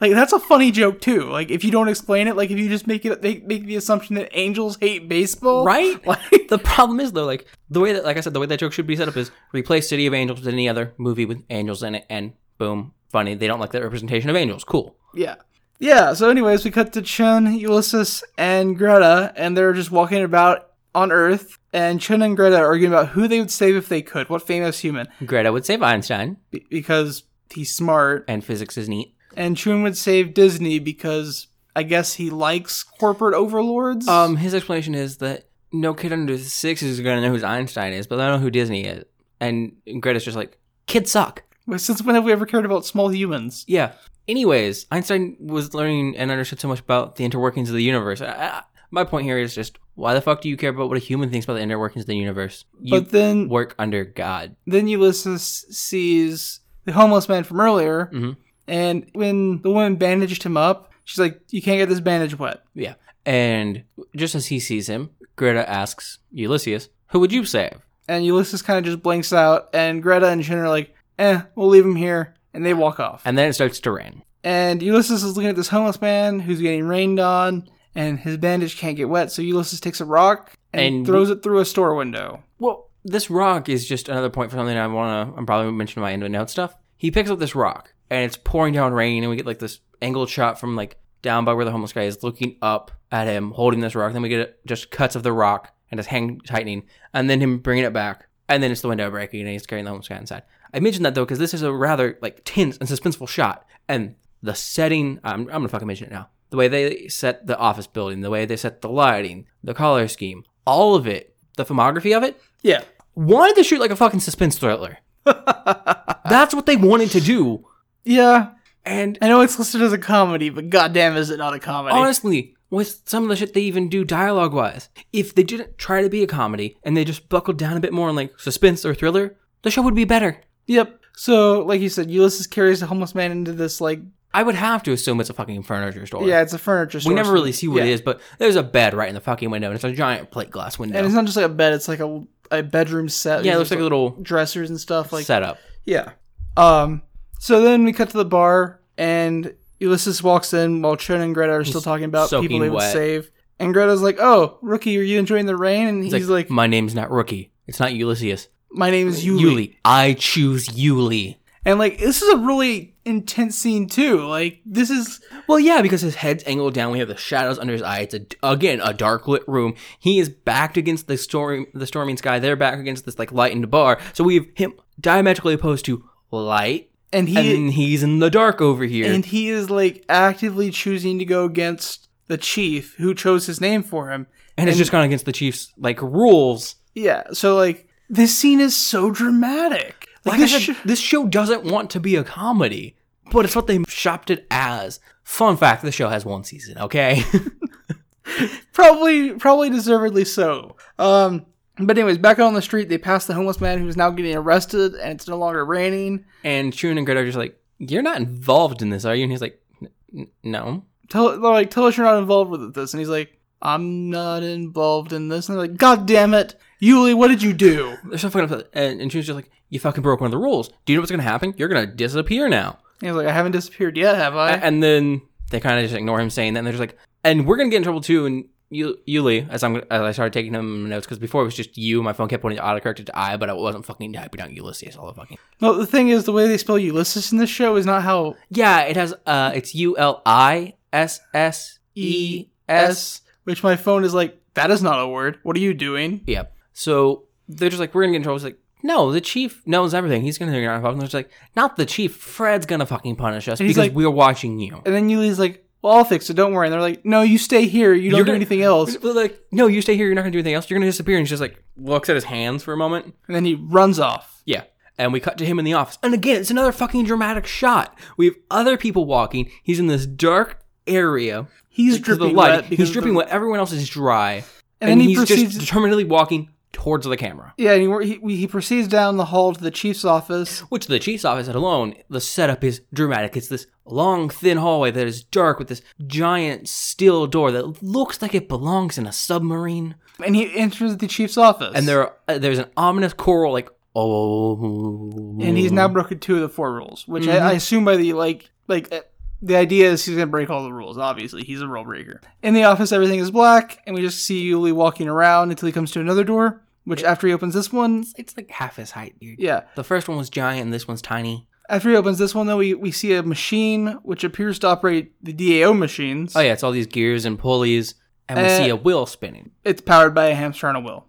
like that's a funny joke too. Like if you don't explain it, like if you just make it make, make the assumption that angels hate baseball. Right? Like The problem is though, like the way that, like I said, the way that joke should be set up is replace City of Angels with any other movie with angels in it, and boom, funny. They don't like that representation of angels. Cool. Yeah. Yeah, so anyways, we cut to Chun, Ulysses, and Greta, and they're just walking about on Earth, and Chun and Greta are arguing about who they would save if they could, what famous human. Greta would save Einstein. Be- because he's smart. and physics is neat. And Chun would save Disney because I guess he likes corporate overlords. Um, his explanation is that no kid under six is gonna know who Einstein is, but they don't know who Disney is. And Greta's just like, kids suck. since when have we ever cared about small humans? Yeah. Anyways, Einstein was learning and understood so much about the interworkings of the universe. I, I, my point here is just why the fuck do you care about what a human thinks about the interworkings of the universe? You but then work under God. then Ulysses sees the homeless man from earlier, Mhm. and when the woman bandaged him up, she's like, "You can't get this bandage wet." Yeah. And just as he sees him, Greta asks Ulysses, "Who would you save?" And Ulysses kind of just blinks out, and Greta and Shin are like, "Eh, we'll leave him here," and they walk off. And then it starts to rain. And Ulysses is looking at this homeless man who's getting rained on, and his bandage can't get wet, so Ulysses takes a rock and, And- throws it through a store window. Well, this rock is just another point for something I want to. I'm probably mentioning my end of note stuff. He picks up this rock, and it's pouring down rain, and we get like this angled shot from like down by where the homeless guy is, looking up at him, holding this rock. Then we get uh, just cuts of the rock and his hand tightening, and then him bringing it back, and then it's the window breaking, and he's carrying the homeless guy inside. I mentioned that though because this is a rather like tense and suspenseful shot, and the setting. I'm, I'm gonna fucking mention it now. The way they set the office building, the way they set the lighting, the color scheme, all of it, the filmography of it, Yeah. wanted to shoot like a fucking suspense thriller. That's what they wanted to do. Yeah. And I know it's listed as a comedy, but goddamn is it not a comedy. honestly, with some of the shit they even do dialogue wise, if they didn't try to be a comedy and they just buckled down a bit more on like suspense or thriller, the show would be better. Yep. So, like you said, Ulysses carries the homeless man into this like I would have to assume it's a fucking furniture store. yeah, it's a furniture store. We never really see what it Yeah. is, but there's a bed right in the fucking window, and it's a giant plate glass window. And it's not just like a bed; it's like a a bedroom set. yeah, it There's looks like a little dressers and stuff. Like setup. yeah. Um. So then we cut to the bar, and Ulysses walks in while Chun and Greta are still talking about soaking people they would wet. save. And Greta's like, "Oh, rookie, are you enjoying the rain?" And he's, It's like, my name's not Rookie. It's not Ulysses. "My name is Yuli. Yuli. I choose Yuli. And like, this is a really intense scene too. Like, this is Well, yeah, because his head's angled down. We have the shadows under his eye. It's a, again a dark lit room. He is backed against the storm, the storming sky. They're back against this like lightened bar. So we have him diametrically opposed to light, and he and then he's in the dark over here. and he is like actively choosing to go against the chief who chose his name for him. and it's just gone against the Chiefs like rules. Yeah, so like this scene is so dramatic. Like, Like this I said, sh- this show doesn't want to be a comedy, but it's what they shopped it as. Fun fact: the show has one season. Okay, probably probably deservedly so. Um but anyways, back out on the street, they pass the homeless man who's now getting arrested and it's no longer raining. and Chun and Greta are just like, "You're not involved in this, are you?" And he's like, "N- n- "No." Tell they're like tell us you're not involved with this and he's like I'm not involved in this and they're like god damn it. Yuli, what did you do? There's something up and, and she was just like, You fucking broke one of the rules. Do you know what's gonna happen? You're gonna disappear now. And he's like I haven't disappeared yet, have I? A- And then they kind of just ignore him saying that and they're just like, and we're gonna get in trouble too. And Yu- Yuli, as I'm as I started taking him notes, because before it was just you, my phone kept wanting to autocorrect it to I, but I wasn't fucking typing out Ulysses all the fucking no, the thing is the way they spell Ulysses in this show is not how Yeah, it has uh it's U L I S S E S S, which my phone is like, that is not a word. What are you doing? Yep. So they're just like, we're gonna get in trouble. It's like, no, the chief knows everything. He's gonna figure out our problem. They're just like, not the chief. Fred's gonna fucking punish us And he's because like- we're watching you. And then Yuli's like, well, I'll fix it. Don't worry. And they're like, no, you stay here. You don't You're do gonna- anything else. But like, no, you stay here. You're not gonna do anything else. You're gonna disappear. And he just like looks at his hands for a moment. And then he runs off. Yeah. And we cut to him in the office. And again, it's another fucking dramatic shot. We have other people walking. He's in this dark area. He's because of dripping the light. wet. because He's of dripping the- wet. Everyone else is dry. And, then he he's proceeds. just determinedly walking towards the camera. yeah, and he, he, he proceeds down the hall to the chief's office. Which the chief's office alone, the setup is dramatic. It's this long, thin hallway that is dark with this giant steel door that looks like it belongs in a submarine. And he enters the chief's office. And there, are, uh, there's an ominous choral, like oh, And he's now broken two of the four rules, which Mm-hmm. I, I assume by the like, like uh, the idea is he's gonna break all the rules. Obviously, he's a rule breaker. In the office, everything is black, and we just see Yuli walking around until he comes to another door. Which after he opens this one, It's like half his height, dude. yeah, The first one was giant, and this one's tiny. after he opens this one though, we we see a machine which appears to operate the DAO machines. Oh yeah, it's all these gears and pulleys, and we Uh, see a wheel spinning. It's powered by a hamster on a wheel.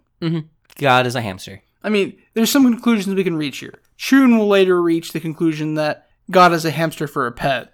God is a hamster. I mean, there's some conclusions we can reach here. Chun will later reach the conclusion that God is a hamster for a pet.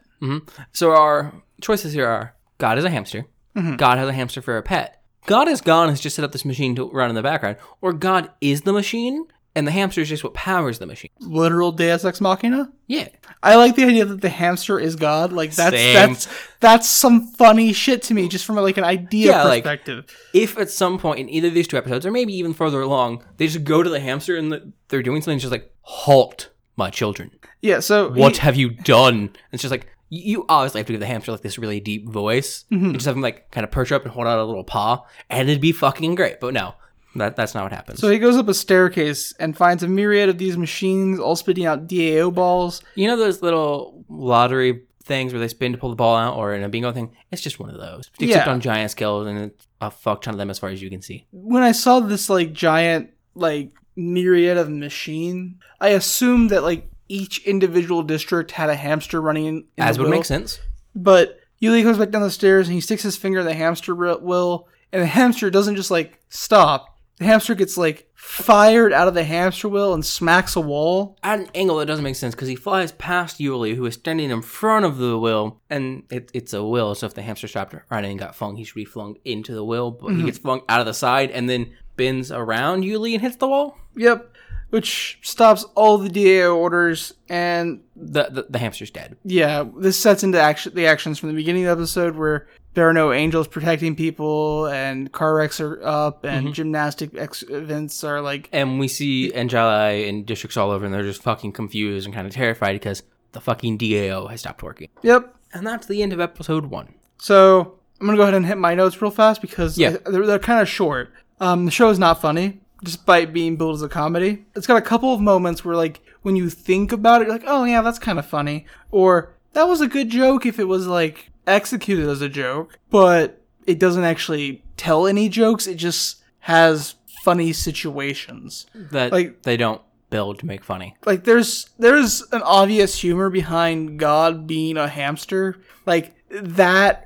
So our choices here are God is a hamster. Mm-hmm. God has a hamster for a pet. God is gone has just set up this machine to run in the background, or God is the machine and the hamster is just what powers the machine. Literal Deus Ex Machina. Yeah. I like the idea that the hamster is God. Like that's Same. that's that's some funny shit to me, just from like an idea Yeah, like- perspective. If at some point in either of these two episodes, or maybe even further along, they just go to the hamster and the, they're doing something, it's just like halt, my children. yeah. So What have you done? It's just like you you obviously have to give the hamster like this really deep voice. Mm-hmm. And just have him like kind of perch up and hold out a little paw, and it'd be fucking great. But no, that that's not what happens. So he goes up a staircase and finds a myriad of these machines all spitting out DAO balls. You know those little lottery things where they spin to pull the ball out, or in a bingo thing? It's just one of those, except Yeah. on giant scales, and it's a fuck ton of them as far as you can see. When I saw this like giant like myriad of machine, I assumed that like each individual district had a hamster running in, in As the would wheel. make sense. But Yuli goes back down the stairs and he sticks his finger in the hamster ri- wheel, and the hamster doesn't just like stop. The hamster gets like fired out of the hamster wheel and smacks a wall. At an angle that doesn't make sense because he flies past Yuli, who is standing in front of the wheel, and it, it's a wheel. So if the hamster stopped running and got flung, he should be flung into the wheel, but he gets flung out of the side and then bends around Yuli and hits the wall. Yep. Which stops all the DAO orders, and The, the, the hamster's dead. yeah, this sets into action the actions from the beginning of the episode where there are no angels protecting people, and car wrecks are up, and gymnastic ex- events are like And we see Angelai in districts all over, and they're just fucking confused and kind of terrified because the fucking DAO has stopped working. yep. And that's the end of episode one. So I'm gonna go ahead and hit my notes real fast because Yeah. I- they're, they're kind of short. Um, the show is not funny, despite being billed as a comedy. It's got a couple of moments where, like, when you think about it, you're like, "Oh yeah, that's kind of funny," or "That was a good joke if it was like executed as a joke," but it doesn't actually tell any jokes. It just has funny situations. That Like- they don't build to make funny. Like, there's there's an obvious humor behind God being a hamster. Like that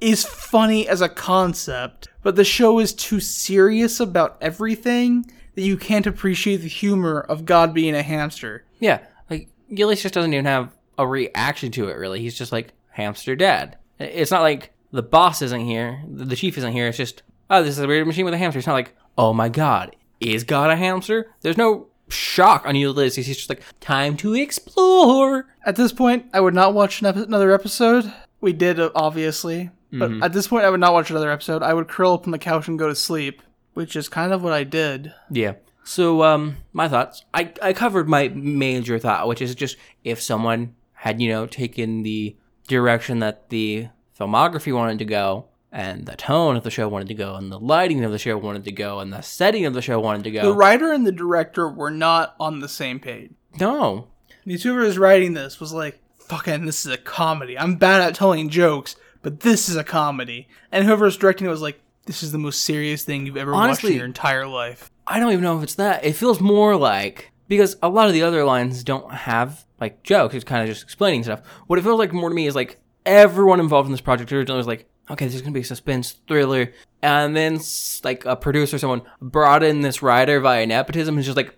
is funny as a concept, but the show is too serious about everything that you can't appreciate the humor of God being a hamster. Yeah, like Gillies just doesn't even have a reaction to it. Really, he's just like hamster dad. It's not like the boss isn't here, the chief isn't here. It's just oh, this is a weird machine with a hamster. It's not like oh my god, is God a hamster? There's no shock on Ulysses. He's just like time to explore. At this point, I would not watch an ep- another episode. We did, uh, obviously, but at this point, I would not watch another episode. I would curl up on the couch and go to sleep, which is kind of what I did. Yeah. So um my thoughts. I I covered my major thought, which is just if someone had, you know, taken the direction that the filmography wanted to go and the tone of the show wanted to go and the lighting of the show wanted to go and the setting of the show wanted to go. The writer and the director were not on the same page. no. The YouTuber who was writing this was like, fucking, this is a comedy. I'm bad at telling jokes, but this is a comedy. And whoever was directing it was like, this is the most serious thing you've ever watched Honestly- in your entire life. I don't even know if it's that. It feels more like because a lot of the other lines don't have like jokes. It's kind of just explaining stuff. What it feels like more to me is like everyone involved in this project originally was like, okay, this is gonna be a suspense thriller, and then s- like a producer, or someone brought in this writer via nepotism, and is just like,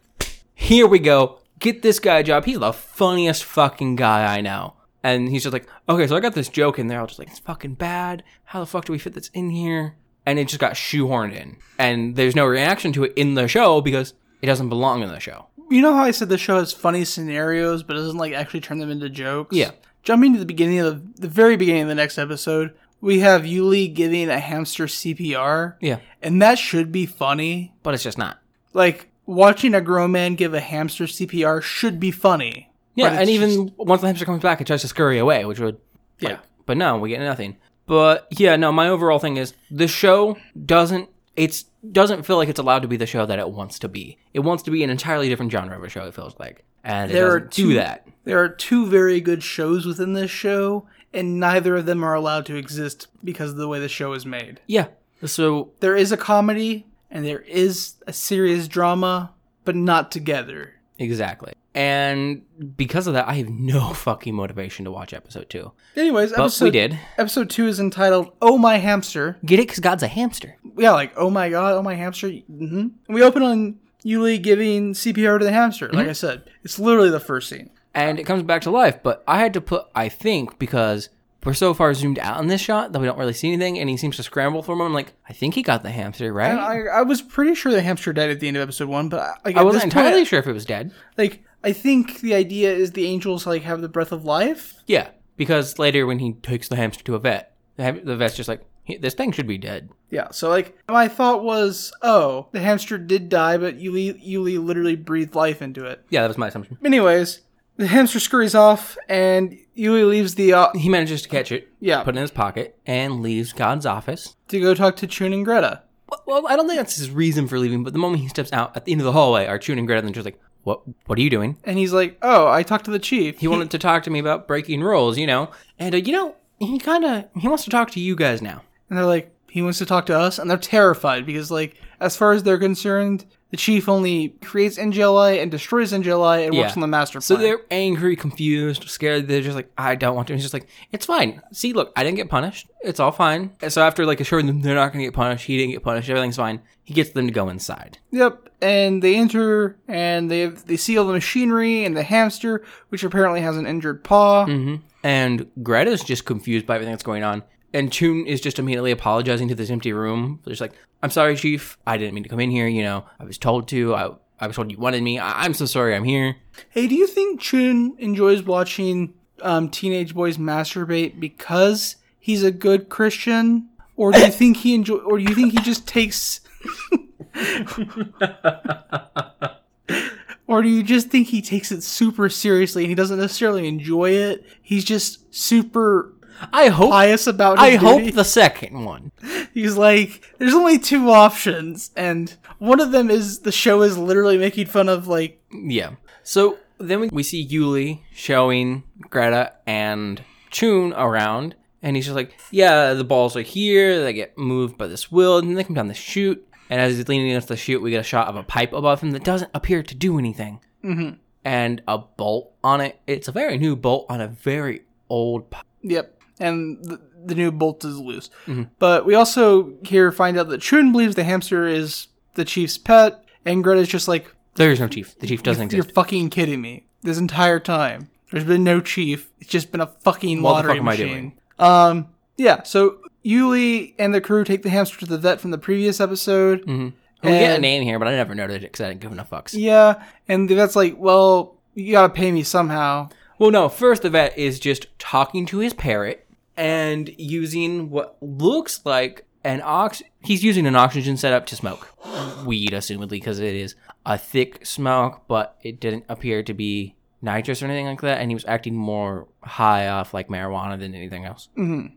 here we go, get this guy a job. He's the funniest fucking guy I know. And he's just like, okay, so I got this joke in there. I was just like, it's fucking bad. How the fuck do we fit this in here? and it just got shoehorned in. And there's no reaction to it in the show because it doesn't belong in the show. You know how I said the show has funny scenarios, but doesn't like actually turn them into jokes? Yeah. Jumping to the beginning of the, the very beginning of the next episode, we have Yuli giving a hamster CPR. Yeah. And that should be funny. But it's just not. Like, watching a grown man give a hamster CPR should be funny. Yeah, But it's and even once the hamster comes back, it tries to scurry away, which would. Yeah. like, but no, we get nothing. But yeah, no. My overall thing is the show doesn't. It's doesn't feel like it's allowed to be the show that it wants to be. It wants to be an entirely different genre of a show. It feels like, and it There are doesn't do two- that. There are two very good shows within this show, and neither of them are allowed to exist because of the way the show is made. Yeah. So There is a comedy, and there is a serious drama, but not together. exactly, and because of that, I have no fucking motivation to watch episode two. Anyways, But episode, we did episode two is entitled Oh My Hamster. get it because God's a hamster. Yeah, like, oh my god, oh my hamster. Mm-hmm. hmm We open on Yuli giving CPR to the hamster, like I said. It's literally the first scene. and it comes back to life. But I had to put, I think, because we're so far zoomed out in this shot that we don't really see anything, and he seems to scramble for him. I'm like, I think he got the hamster right. And I, I, I was pretty sure the hamster died at the end of episode one, but I, like, at wasn't this point, entirely sure if it was dead. like I think the idea is the angels like have the breath of life. Yeah, because later when he takes the hamster to a vet, the, ham- the vet's just like, "He- this thing should be dead. Yeah, so like my thought was, oh, the hamster did die, but Yuli Yuli literally breathed life into it. Yeah, that was my assumption. Anyways, the hamster scurries off, and Yuli leaves the uh, He manages to catch it, yeah put it in his pocket, and leaves God's office. to go talk to Chun and Greta. Well- Well, I don't think that's his reason for leaving, but the moment he steps out at the end of the hallway, are Chun and Greta are just like, what, what are you doing? And he's like, "Oh, I talked to the chief. He wanted to talk to me about breaking rules, you know? And, uh, you know, he kind of, he wants to talk to you guys now. And they're like, "He wants to talk to us," and they're terrified because, like, as far as they're concerned, the chief only creates NGLI and destroys NGLI and Yeah. works on the master plan. So they're angry, confused, scared. They're just like, I don't want to. And he's just like, it's fine. See, look, I didn't get punished. It's all fine. And so after like assuring them they're not going to get punished, he didn't get punished, everything's fine. He gets them to go inside. Yep, and they enter and they they see all the machinery and the hamster, which apparently has an injured paw. Mm-hmm. And Greta's just confused by everything that's going on. And Toon is just immediately apologizing to this empty room. Just like, I'm sorry, Chief. I didn't mean to come in here. You know, I was told to. I, I was told you wanted me. I, I'm so sorry. I'm here. Hey, do you think Chun enjoys watching um, teenage boys masturbate because he's a good Christian, or do you think he enjoy, or do you think he just takes, or do you just think he takes it super seriously and he doesn't necessarily enjoy it? He's just super I hope. I, pious about. His duty? hope the second one. He's like, there's only two options, and one of them is the show is literally making fun of like Yeah. So then we, we see Yuli showing Greta and Chun around, and he's just like, "Yeah, the balls are here. They get moved by this wheel, and then they come down the chute. And as he's leaning against the chute, we get a shot of a pipe above him that doesn't appear to do anything, Mhm. and a bolt on it. It's a very new bolt on a very old pipe. Yep. And the, the new bolt is loose. Mm-hmm. But we also here find out that Chun believes the hamster is the chief's pet, and Greta's just like, There's no chief. The chief doesn't You're exist. fucking kidding me. This entire time. There's been no chief. It's just been a fucking What the lottery fuck am I machine. Um yeah, so Yuli and the crew take the hamster to the vet from the previous episode. hmm We get a And- name here, but I never noted it because I didn't give enough fucks. Yeah. And the vet's like, Well, you gotta pay me somehow. Well, no. First, the vet is just talking to his parrot and using what looks like an ox. He's using an oxygen setup to smoke weed, assumedly, because it is a thick smoke, but it didn't appear to be nitrous or anything like that. And he was acting more high off like marijuana than anything else.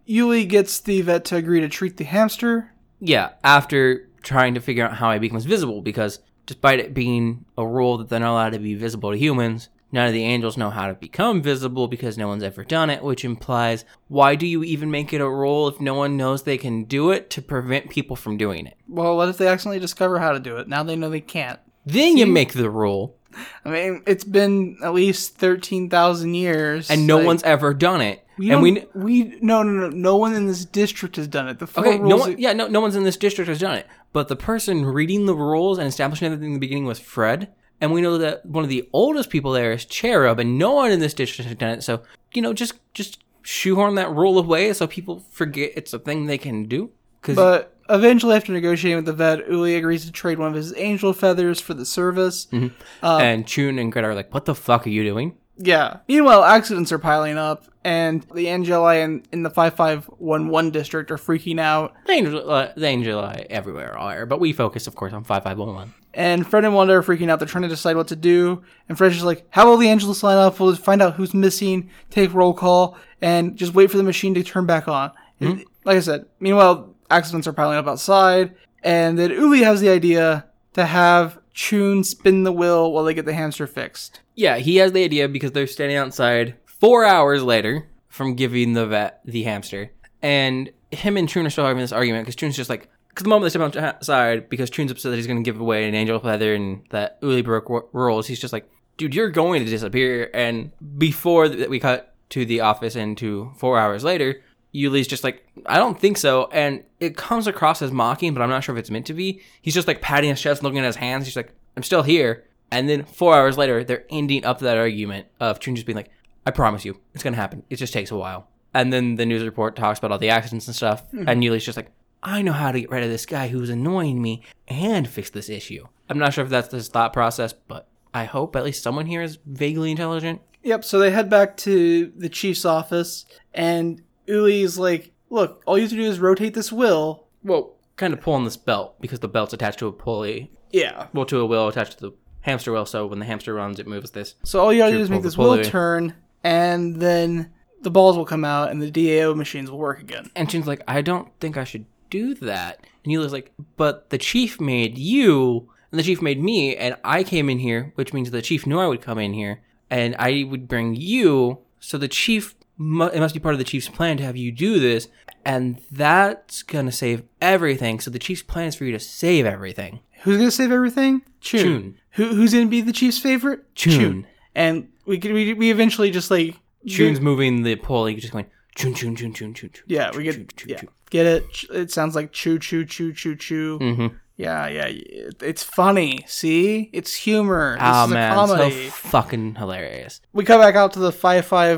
Yuli gets the vet to agree to treat the hamster. Yeah, after trying to figure out how he becomes visible, because despite it being a rule that they're not allowed to be visible to humans, none of the angels know how to become visible because no one's ever done it, which implies why do you even make it a rule if no one knows they can do it to prevent people from doing it? Well, what if they accidentally discover how to do it? Now they know they can't. Then you make the rule, I mean, it's been at least thirteen thousand years, and no like, one's ever done it. We and and we kn- we no no no no one in this district has done it. The four Okay, no rules. one, yeah, no, no one's in this district has done it. But the person reading the rules and establishing everything in the beginning was Fred. And we know that one of the oldest people there is Cherub, and no one in this district has done it. So, you know, just just shoehorn that rule away so people forget it's a thing they can do. Because but eventually, after negotiating with the vet, Uli agrees to trade one of his angel feathers for the service. Mm-hmm. uh, and Chun and Greta are like, "What the fuck are you doing?" Yeah. Meanwhile, accidents are piling up, and the Angeli in, in the five five one one district are freaking out. The angel, uh, the angel eye everywhere are, but we focus, of course, on five five one one. And Fred and Wanda are freaking out. They're trying to decide what to do. And Fred's just like, how will the Angelus line up? We'll find out who's missing, take roll call, and just wait for the machine to turn back on. And Like I said, meanwhile, accidents are piling up outside. And then Uli has the idea to have Chun spin the wheel while they get the hamster fixed. Yeah, he has the idea because they're standing outside four hours later from giving the vet the hamster. And him and Trun are still having this argument because Trun's just like, because the moment they step outside, because Trun's upset that he's going to give away an angel feather and that Uli broke w- rules, he's just like, dude, you're going to disappear. And before that, we cut to the office and to four hours later, Yuli's just like, I don't think so. And it comes across as mocking, but I'm not sure if it's meant to be. He's just like patting his chest, looking at his hands. He's like, I'm still here. And then four hours later, they're ending up that argument of Chun just being like, I promise you, it's going to happen. It just takes a while. And then the news report talks about all the accidents and stuff. And Yuli's just like, I know how to get rid of this guy who's annoying me and fix this issue. I'm not sure if that's his thought process, but I hope at least someone here is vaguely intelligent. Yep, so they head back to the chief's office, and Uli's like, Look, all you have to do is rotate this wheel. Well, kind of pulling this belt because the belt's attached to a pulley, Yeah. well, to a wheel attached to the hamster wheel. So when the hamster runs, it moves this. So all you gotta do is pull make the this wheel pulley. turn, and then the balls will come out, and the DAO machines will work again. And Chin's like, I don't think I should do that. And Yula's like, but the chief made you, and the chief made me, and I came in here, which means the chief knew I would come in here, and I would bring you. So the chief, mu- it must be part of the chief's plan to have you do this, and that's gonna save everything. So the chief's plan is for you to save everything. Who's gonna save everything? Chun. Chun. Who, who's gonna be the chief's favorite? Chun. And we could- we we eventually just like Chun's moving the pulley, just going chun chun chun chun chun chun. yeah we chun, get chun, yeah chun. get it. Ch- It sounds like choo choo choo choo choo. Mhm. Yeah yeah. It, it's funny. See, it's humor. This Ah is a man, so comedy. fucking hilarious. we come back out to the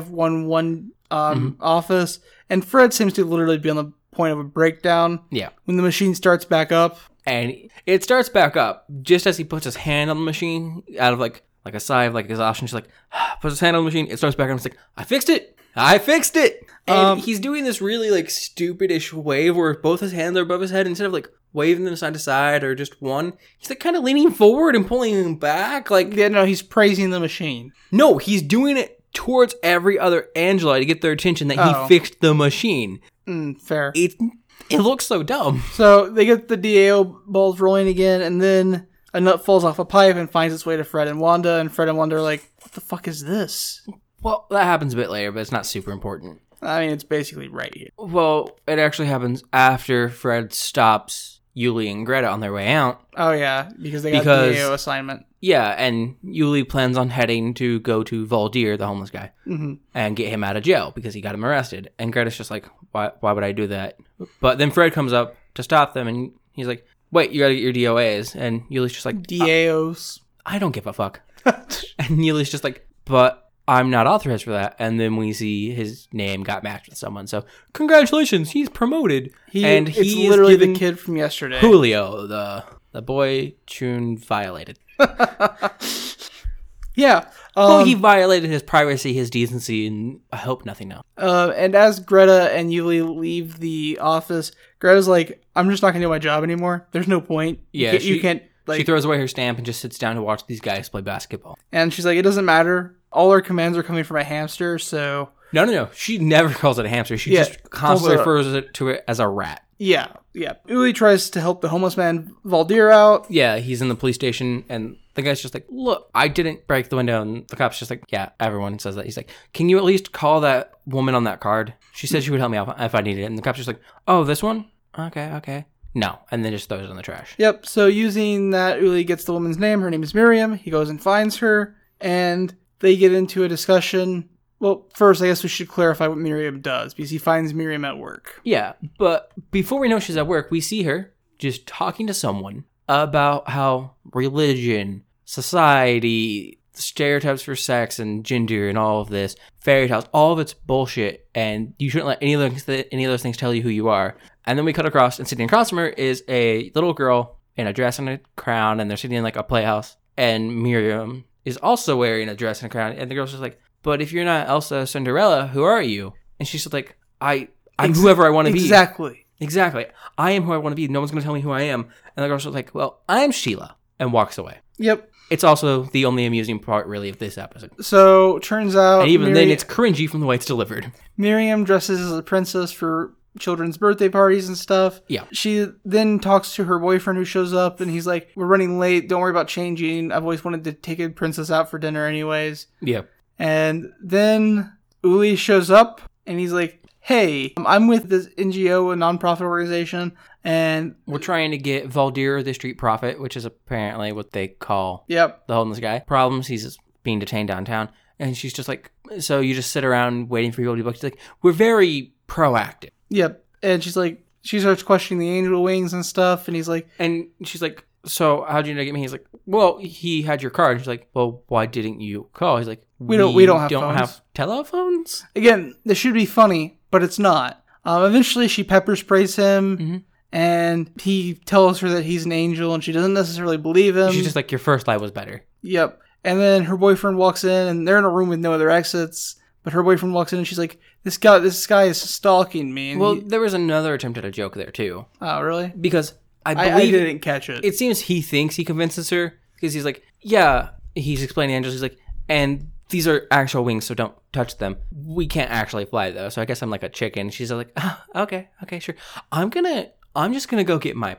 5511 um, Mm-hmm. office, and Fred seems to literally be on the point of a breakdown. Yeah. When the machine starts back up, and it starts back up just as he puts his hand on the machine out of like like a sigh of like exhaustion. She's like puts his hand on the machine. It starts back up. It's like I fixed it. I fixed it. And Um, he's doing this really like stupidish wave where both his hands are above his head instead of like waving them side to side or just one. He's like kind of leaning forward and pulling them back. Like yeah, no, he's praising the machine. no, he's doing it towards every other Angela to get their attention that Oh. he fixed the machine. Mm, fair. It it looks so dumb. So they get the DAO balls rolling again, and then a nut falls off a pipe and finds its way to Fred and Wanda, and Fred and Wanda are like, "What the fuck is this?" Well, that happens a bit later, but it's not super important. I mean, it's basically right here. Well, it actually happens after Fred stops Yuli and Greta on their way out. Oh yeah, because they got Because- the DAO assignment. Yeah, and Yuli plans on heading to go to Valdir, the homeless guy, hmm and get him out of jail because he got him arrested. And Greta's just like, why, why would I do that? But then Fred comes up to stop them, and he's like, wait, you gotta get your DOAs. And Yuli's just like, DAOs. I don't give a fuck. And Neely's just like, but I'm not authorized for that. And then we see his name got matched with someone. So congratulations, he's promoted. he, and it's he is literally given the kid from yesterday. Julio, the the boy Chun violated. Yeah. Um, Well, Oh, he violated his privacy, his decency, and I hope nothing else. Uh, and as Greta and Yuli leave the office, Greta's like, "I'm just not gonna do my job anymore. There's no point. You Yeah, can't- you she- can't." she Like, throws away her stamp and just sits down to watch these guys play basketball. and she's like, "It doesn't matter. All our commands are coming from a hamster." So No, no, no. She never calls it a hamster. She Yeah, just constantly calls refers it to it as a rat. yeah, yeah. Yuli tries to help the homeless man Valdir out. Yeah, he's in the police station, and the guy's just like, "Look, I didn't break the window." And the cop's just like, "Yeah, everyone says that." He's like, "Can you at least call that woman on that card? She said she would help me out if I needed it." And the cop's just like, "Oh, this one? Okay, okay, no," and then just throws it in the trash. Yep. So using that, Uli gets the woman's name. Her name is Miriam. He goes and finds her, and they get into a discussion. Well, first, I guess we should clarify what Miriam does because he finds Miriam at work. Yeah, but before we know she's at work, we see her just talking to someone about how religion, society, stereotypes for sex and gender and all of this, fairy tales, all of it's bullshit, and you shouldn't let any of those any of those things tell you who you are. And then we cut across, and sitting across from her is a little girl in a dress and a crown, and they're sitting in like a playhouse. And Miriam is also wearing a dress and a crown, and the girl's just like, "But if you're not Elsa or Cinderella, who are you?" And she's just like, "I." I'm Ex- whoever I want to be. Exactly. Exactly. I am who I want to be. No one's going to tell me who I am. And the girl's just like, well, I'm Sheila, and walks away. Yep. It's also the only amusing part, really, of this episode. So turns out, And even Miriam- then, it's cringy from the way it's delivered. Miriam dresses as a princess for children's birthday parties and stuff. Yeah. She then talks to her boyfriend who shows up and he's like, We're running late. Don't worry about changing. I've always wanted to take a princess out for dinner, anyways. Yeah. And then Uli shows up and he's like, Hey, um, I'm with this NGO, a nonprofit organization. And We're trying to get Valdir, the street prophet, which is apparently what they call yep, the homeless guy. Problems. He's being detained downtown. And she's just like, so you just sit around waiting for people to be booked. She's like, we're very proactive. yep. And she's like, She starts questioning the angel wings and stuff. And he's like, And she's like, so how'd you know get me? He's like, well, he had your card. She's like, well, why didn't you call? He's like, We don't- we don't have phones." telephones. Again, this should be funny, but it's not. Um, eventually, she pepper sprays him, Mhm. and he tells her that he's an angel, and she doesn't necessarily believe him. She's just like, your first lie was better. Yep. And then her boyfriend walks in, and they're in a room with no other exits. But her boyfriend walks in, and she's like, "This guy, this guy is stalking me." And Well, he- there was another attempt at a joke there too, oh really? because I I, believe I didn't catch it. it seems he thinks he convinces her because he's like, yeah, he's explaining angels. He's like, and these are actual wings, so don't touch them. We can't actually fly though, so I guess I'm like a chicken. She's like, "Ah, okay, okay, sure. I'm gonna, I'm just gonna go get my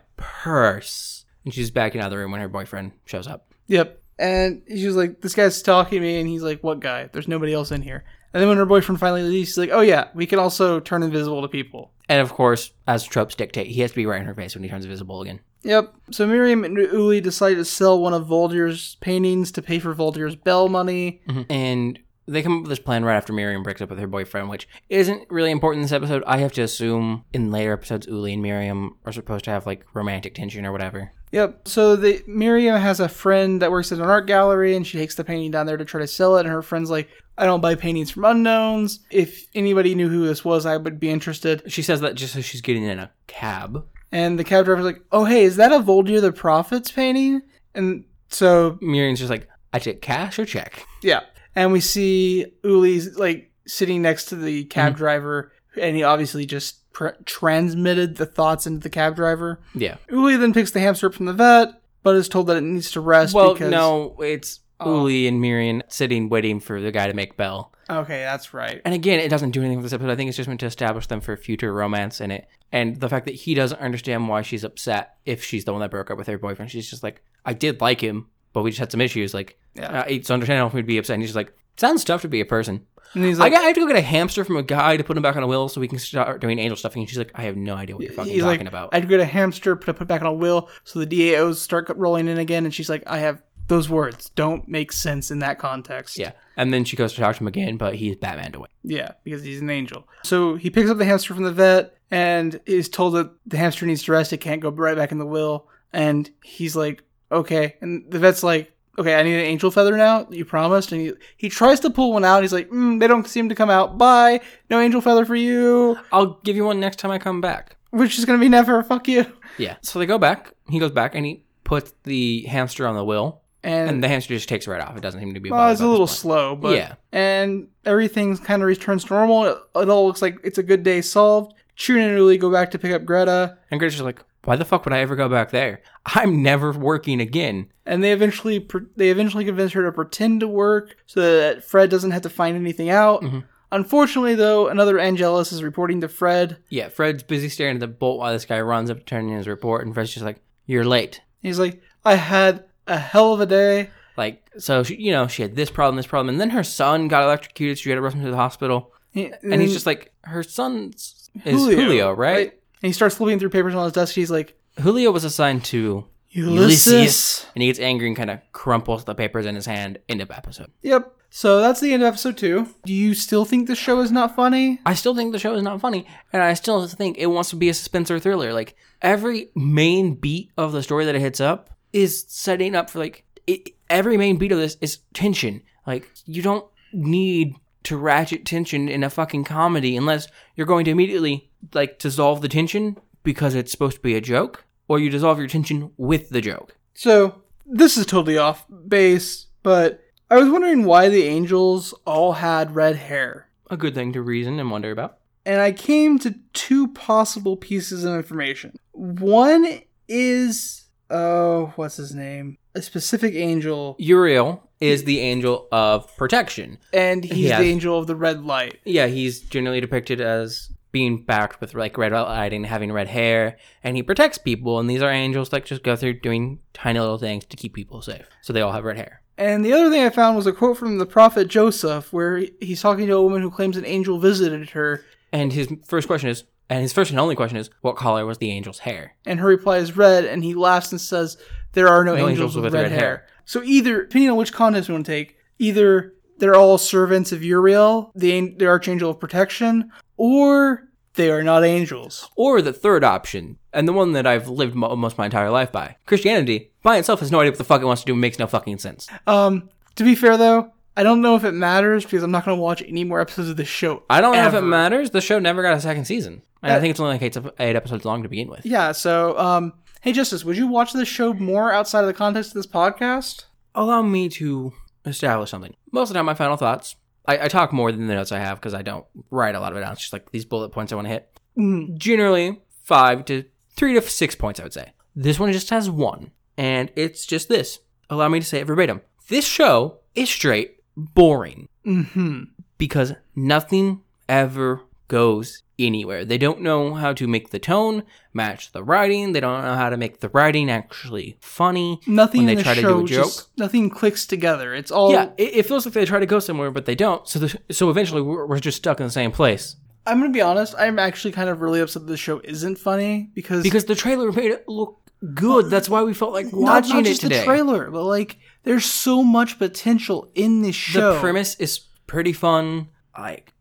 purse. And she's backing out of the room when her boyfriend shows up. Yep. And she's like, "This guy's stalking me," and he's like, "What guy? There's nobody else in here." And then when her boyfriend finally leaves, she's like, "Oh yeah, we can also turn invisible to people." And of course, as tropes dictate, he has to be right in her face when he turns visible again. Yep. So Miriam and Uli decide to sell one of Voldier's paintings to pay for Voldier's bell money. Mm-hmm. And they come up with this plan right after Miriam breaks up with her boyfriend, which isn't really important in this episode. I have to assume in later episodes, Uli and Miriam are supposed to have like romantic tension or whatever. Yep. So the Miriam has a friend that works at an art gallery, and she takes the painting down there to try to sell it. And her friend's like, "I don't buy paintings from unknowns. If anybody knew who this was, I would be interested." She says that just as she's getting in a cab. And the cab driver's like, "Oh hey, is that a Voldier the Prophet's painting?" And so Miriam's just like, I take cash or check. Yeah. And we see Uli's like sitting next to the cab driver, and he obviously just pr- transmitted the thoughts into the cab driver. Yeah. Uli then picks the hamster up from the vet, but is told that it needs to rest. Well, because, no, it's Oh. Uli and Miriam sitting waiting for the guy to make Bell. Okay, that's right. And again, it doesn't do anything for this episode. I think it's just meant to establish them for future romance in it. And the fact that he doesn't understand why she's upset if she's the one that broke up with her boyfriend. She's just like, I did like him, but we just had some issues. Like, Yeah. uh, it's understandable if we'd be upset. And he's just like, sounds tough to be a person. And he's like, I, got, I have to go get a hamster from a guy to put him back on a will so we can start doing angel stuffing. And she's like, I have no idea what you're fucking he's talking like, about. I'd get a hamster, put it back on a wheel, so the DAOs start rolling in again. And she's like, I have those words don't make sense in that context. Yeah. And then she goes to talk to him again, but he's Batman away. Yeah, because he's an angel. So he picks up the hamster from the vet and is told that the hamster needs to rest. It can't go right back in the will. And he's like, okay. And the vet's like, okay, I need an angel feather now. You promised. And he, he tries to pull one out. He's like, mm, they don't seem to come out. Bye. No angel feather for you. I'll give you one next time I come back. Which is going to be never. Fuck you. Yeah. So they go back. He goes back and he puts the hamster on the will. And, And the hamster just takes it right off. It doesn't seem to be. well, bothered it's a by this little point. slow, but yeah. and everything's kind of returns to normal. It, it all looks like it's a good day solved. Chun and Uli go back to pick up Greta. And Grace's just like, why the fuck would I ever go back there? I'm never working again. and they eventually pr- they eventually convince her to pretend to work so that Fred doesn't have to find anything out. Mhm. Unfortunately, though, another Angelus is reporting to Fred. Yeah. Fred's busy staring at the bolt while this guy runs up to turn in his report. And Fred's just like, you're late. He's like, "I had a hell of a day." Like, so, she, you know, she had this problem, this problem. And then her son got electrocuted. So you had to rush him to the hospital. He- And he's just like, her son is Julio, right? And he starts flipping through papers on his desk. He's like, Julio was assigned to "Ulysses." Ulysses. And he gets angry and kind of crumples the papers in his hand. End of episode. Yep. So that's the end of episode two. Do you still think the show is not funny? I still think the show is not funny, and I still think it wants to be a suspense or thriller. Like every main beat of the story that it hits up is setting up for like it, every main beat of this is tension. Like you don't need to ratchet tension in a fucking comedy unless you're going to immediately like dissolve the tension because it's supposed to be a joke, or you dissolve your tension with the joke. So this is totally off base, but I was wondering why the angels all had red hair. A good thing to reason and wonder about. and I came to two possible pieces of information. One is oh, what's his name? A specific angel, Uriel is the angel of protection. and he's Yeah. the angel of the red light. yeah, he's generally depicted as being backed with like red lighting, having red hair, and he protects people. And these are angels that just go through doing tiny little things to keep people safe. So they all have red hair. And the other thing I found was a quote from the prophet Joseph, where he- he's talking to a woman who claims an angel visited her, And his first question is, and his first and only question is, what color was the angel's hair? and her reply is red, and he laughs and says, "There are no, No Oh, angels, with, red, hair. So either, depending on which context you want to take, either they're all servants of Uriel, the an- the archangel of protection, or They are not angels. Or the third option, and the one that I've lived mo- most my entire life by Christianity by itself has no idea what the fuck it wants to do and makes no fucking sense. Um, to be fair though, I don't know if it matters because I'm not going to watch any more episodes of this show. I don't know if Ever. it matters. The show never got a second season. And I Uh, think it's only like eight, eight episodes long to begin with. Yeah. So, um, hey Justice, would you watch this show more outside of the context of this podcast? Allow me to establish something. Most of the time, my final thoughts. I, I talk more than the notes I have because I don't write a lot of it down. It's just like these bullet points I want to hit. Mm, generally five to three to six points, I would say. This one just has one, and it's just this. Allow me to say it verbatim. This show is straight boring hmm because nothing ever goes anywhere. They don't know how to make the tone match the writing. They don't know how to make the writing actually funny. Nothing When in they the try to do show a joke? just nothing clicks together. It's all. Yeah, it, it feels like they try to go somewhere, but they don't. So, the, so eventually, we're, we're just stuck in the same place. I'm gonna be honest. I'm actually kind of really upset that the show isn't funny because Because the trailer made it look good. That's why we felt like not, watching not just it today. the trailer, but like there's so much potential in this show. the premise is pretty fun. Like,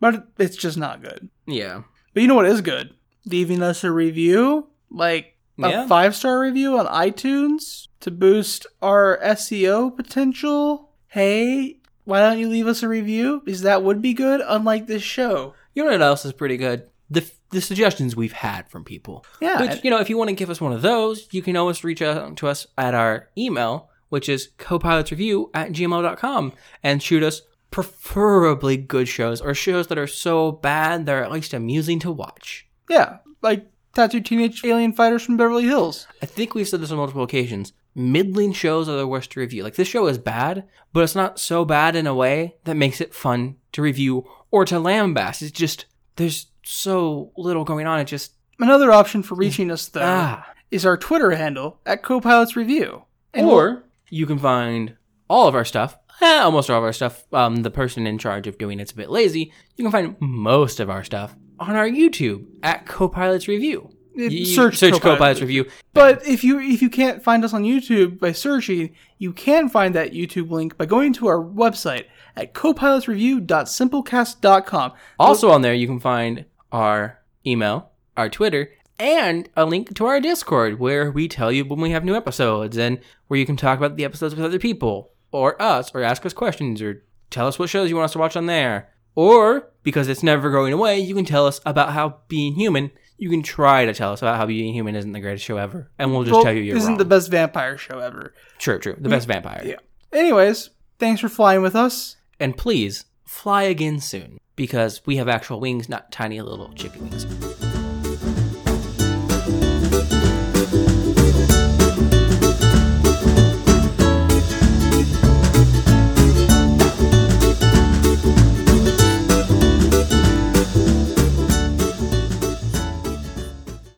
but it's just not good. yeah, But you know what is good? Leaving us a review, like a Yeah. five star review on iTunes to boost our SEO potential. Hey, why don't you leave us a review? Because that would be good. Unlike this show, you know what else is pretty good? The the suggestions we've had from people. yeah, Which you know, if you want to give us one of those, you can always reach out to us at our email, which is copilotsreview at gmail.com, and shoot us preferably good shows or shows that are so bad they're at least amusing to watch. yeah, like tattooed teenage alien fighters from Beverly Hills. I think we've said this on multiple occasions. Middling shows are the worst to review. Like this show is bad, but it's not so bad in a way that makes it fun to review or to lambast. It's just there's so little going on. It just Another option for reaching us though ah. is our Twitter handle at Copilots Review. And or you can find all of our stuff, eh, almost all of our stuff. Um, the person in charge of doing it's a bit lazy. You can find most of our stuff on our YouTube at Copilots Review. we'll- You- search, search Copilots. Copilots Review. But if you if you can't find us on YouTube by searching, you can find that YouTube link by going to our website at copilotsreview.simplecast.com. Also on there, you can find our email, our Twitter, and a link to our Discord where we tell you when we have new episodes and where you can talk about the episodes with other people or us or ask us questions or tell us what shows you want us to watch on there. Or because it's never going away, you can tell us about how being human. You can try to tell us about how being human isn't the greatest show ever, and we'll just Well, tell you you're isn't wrong. the best vampire show ever. true, true. The best vampire. Yeah. Anyways, thanks for flying with us. And please fly again soon because we have actual wings, not tiny little chicken wings.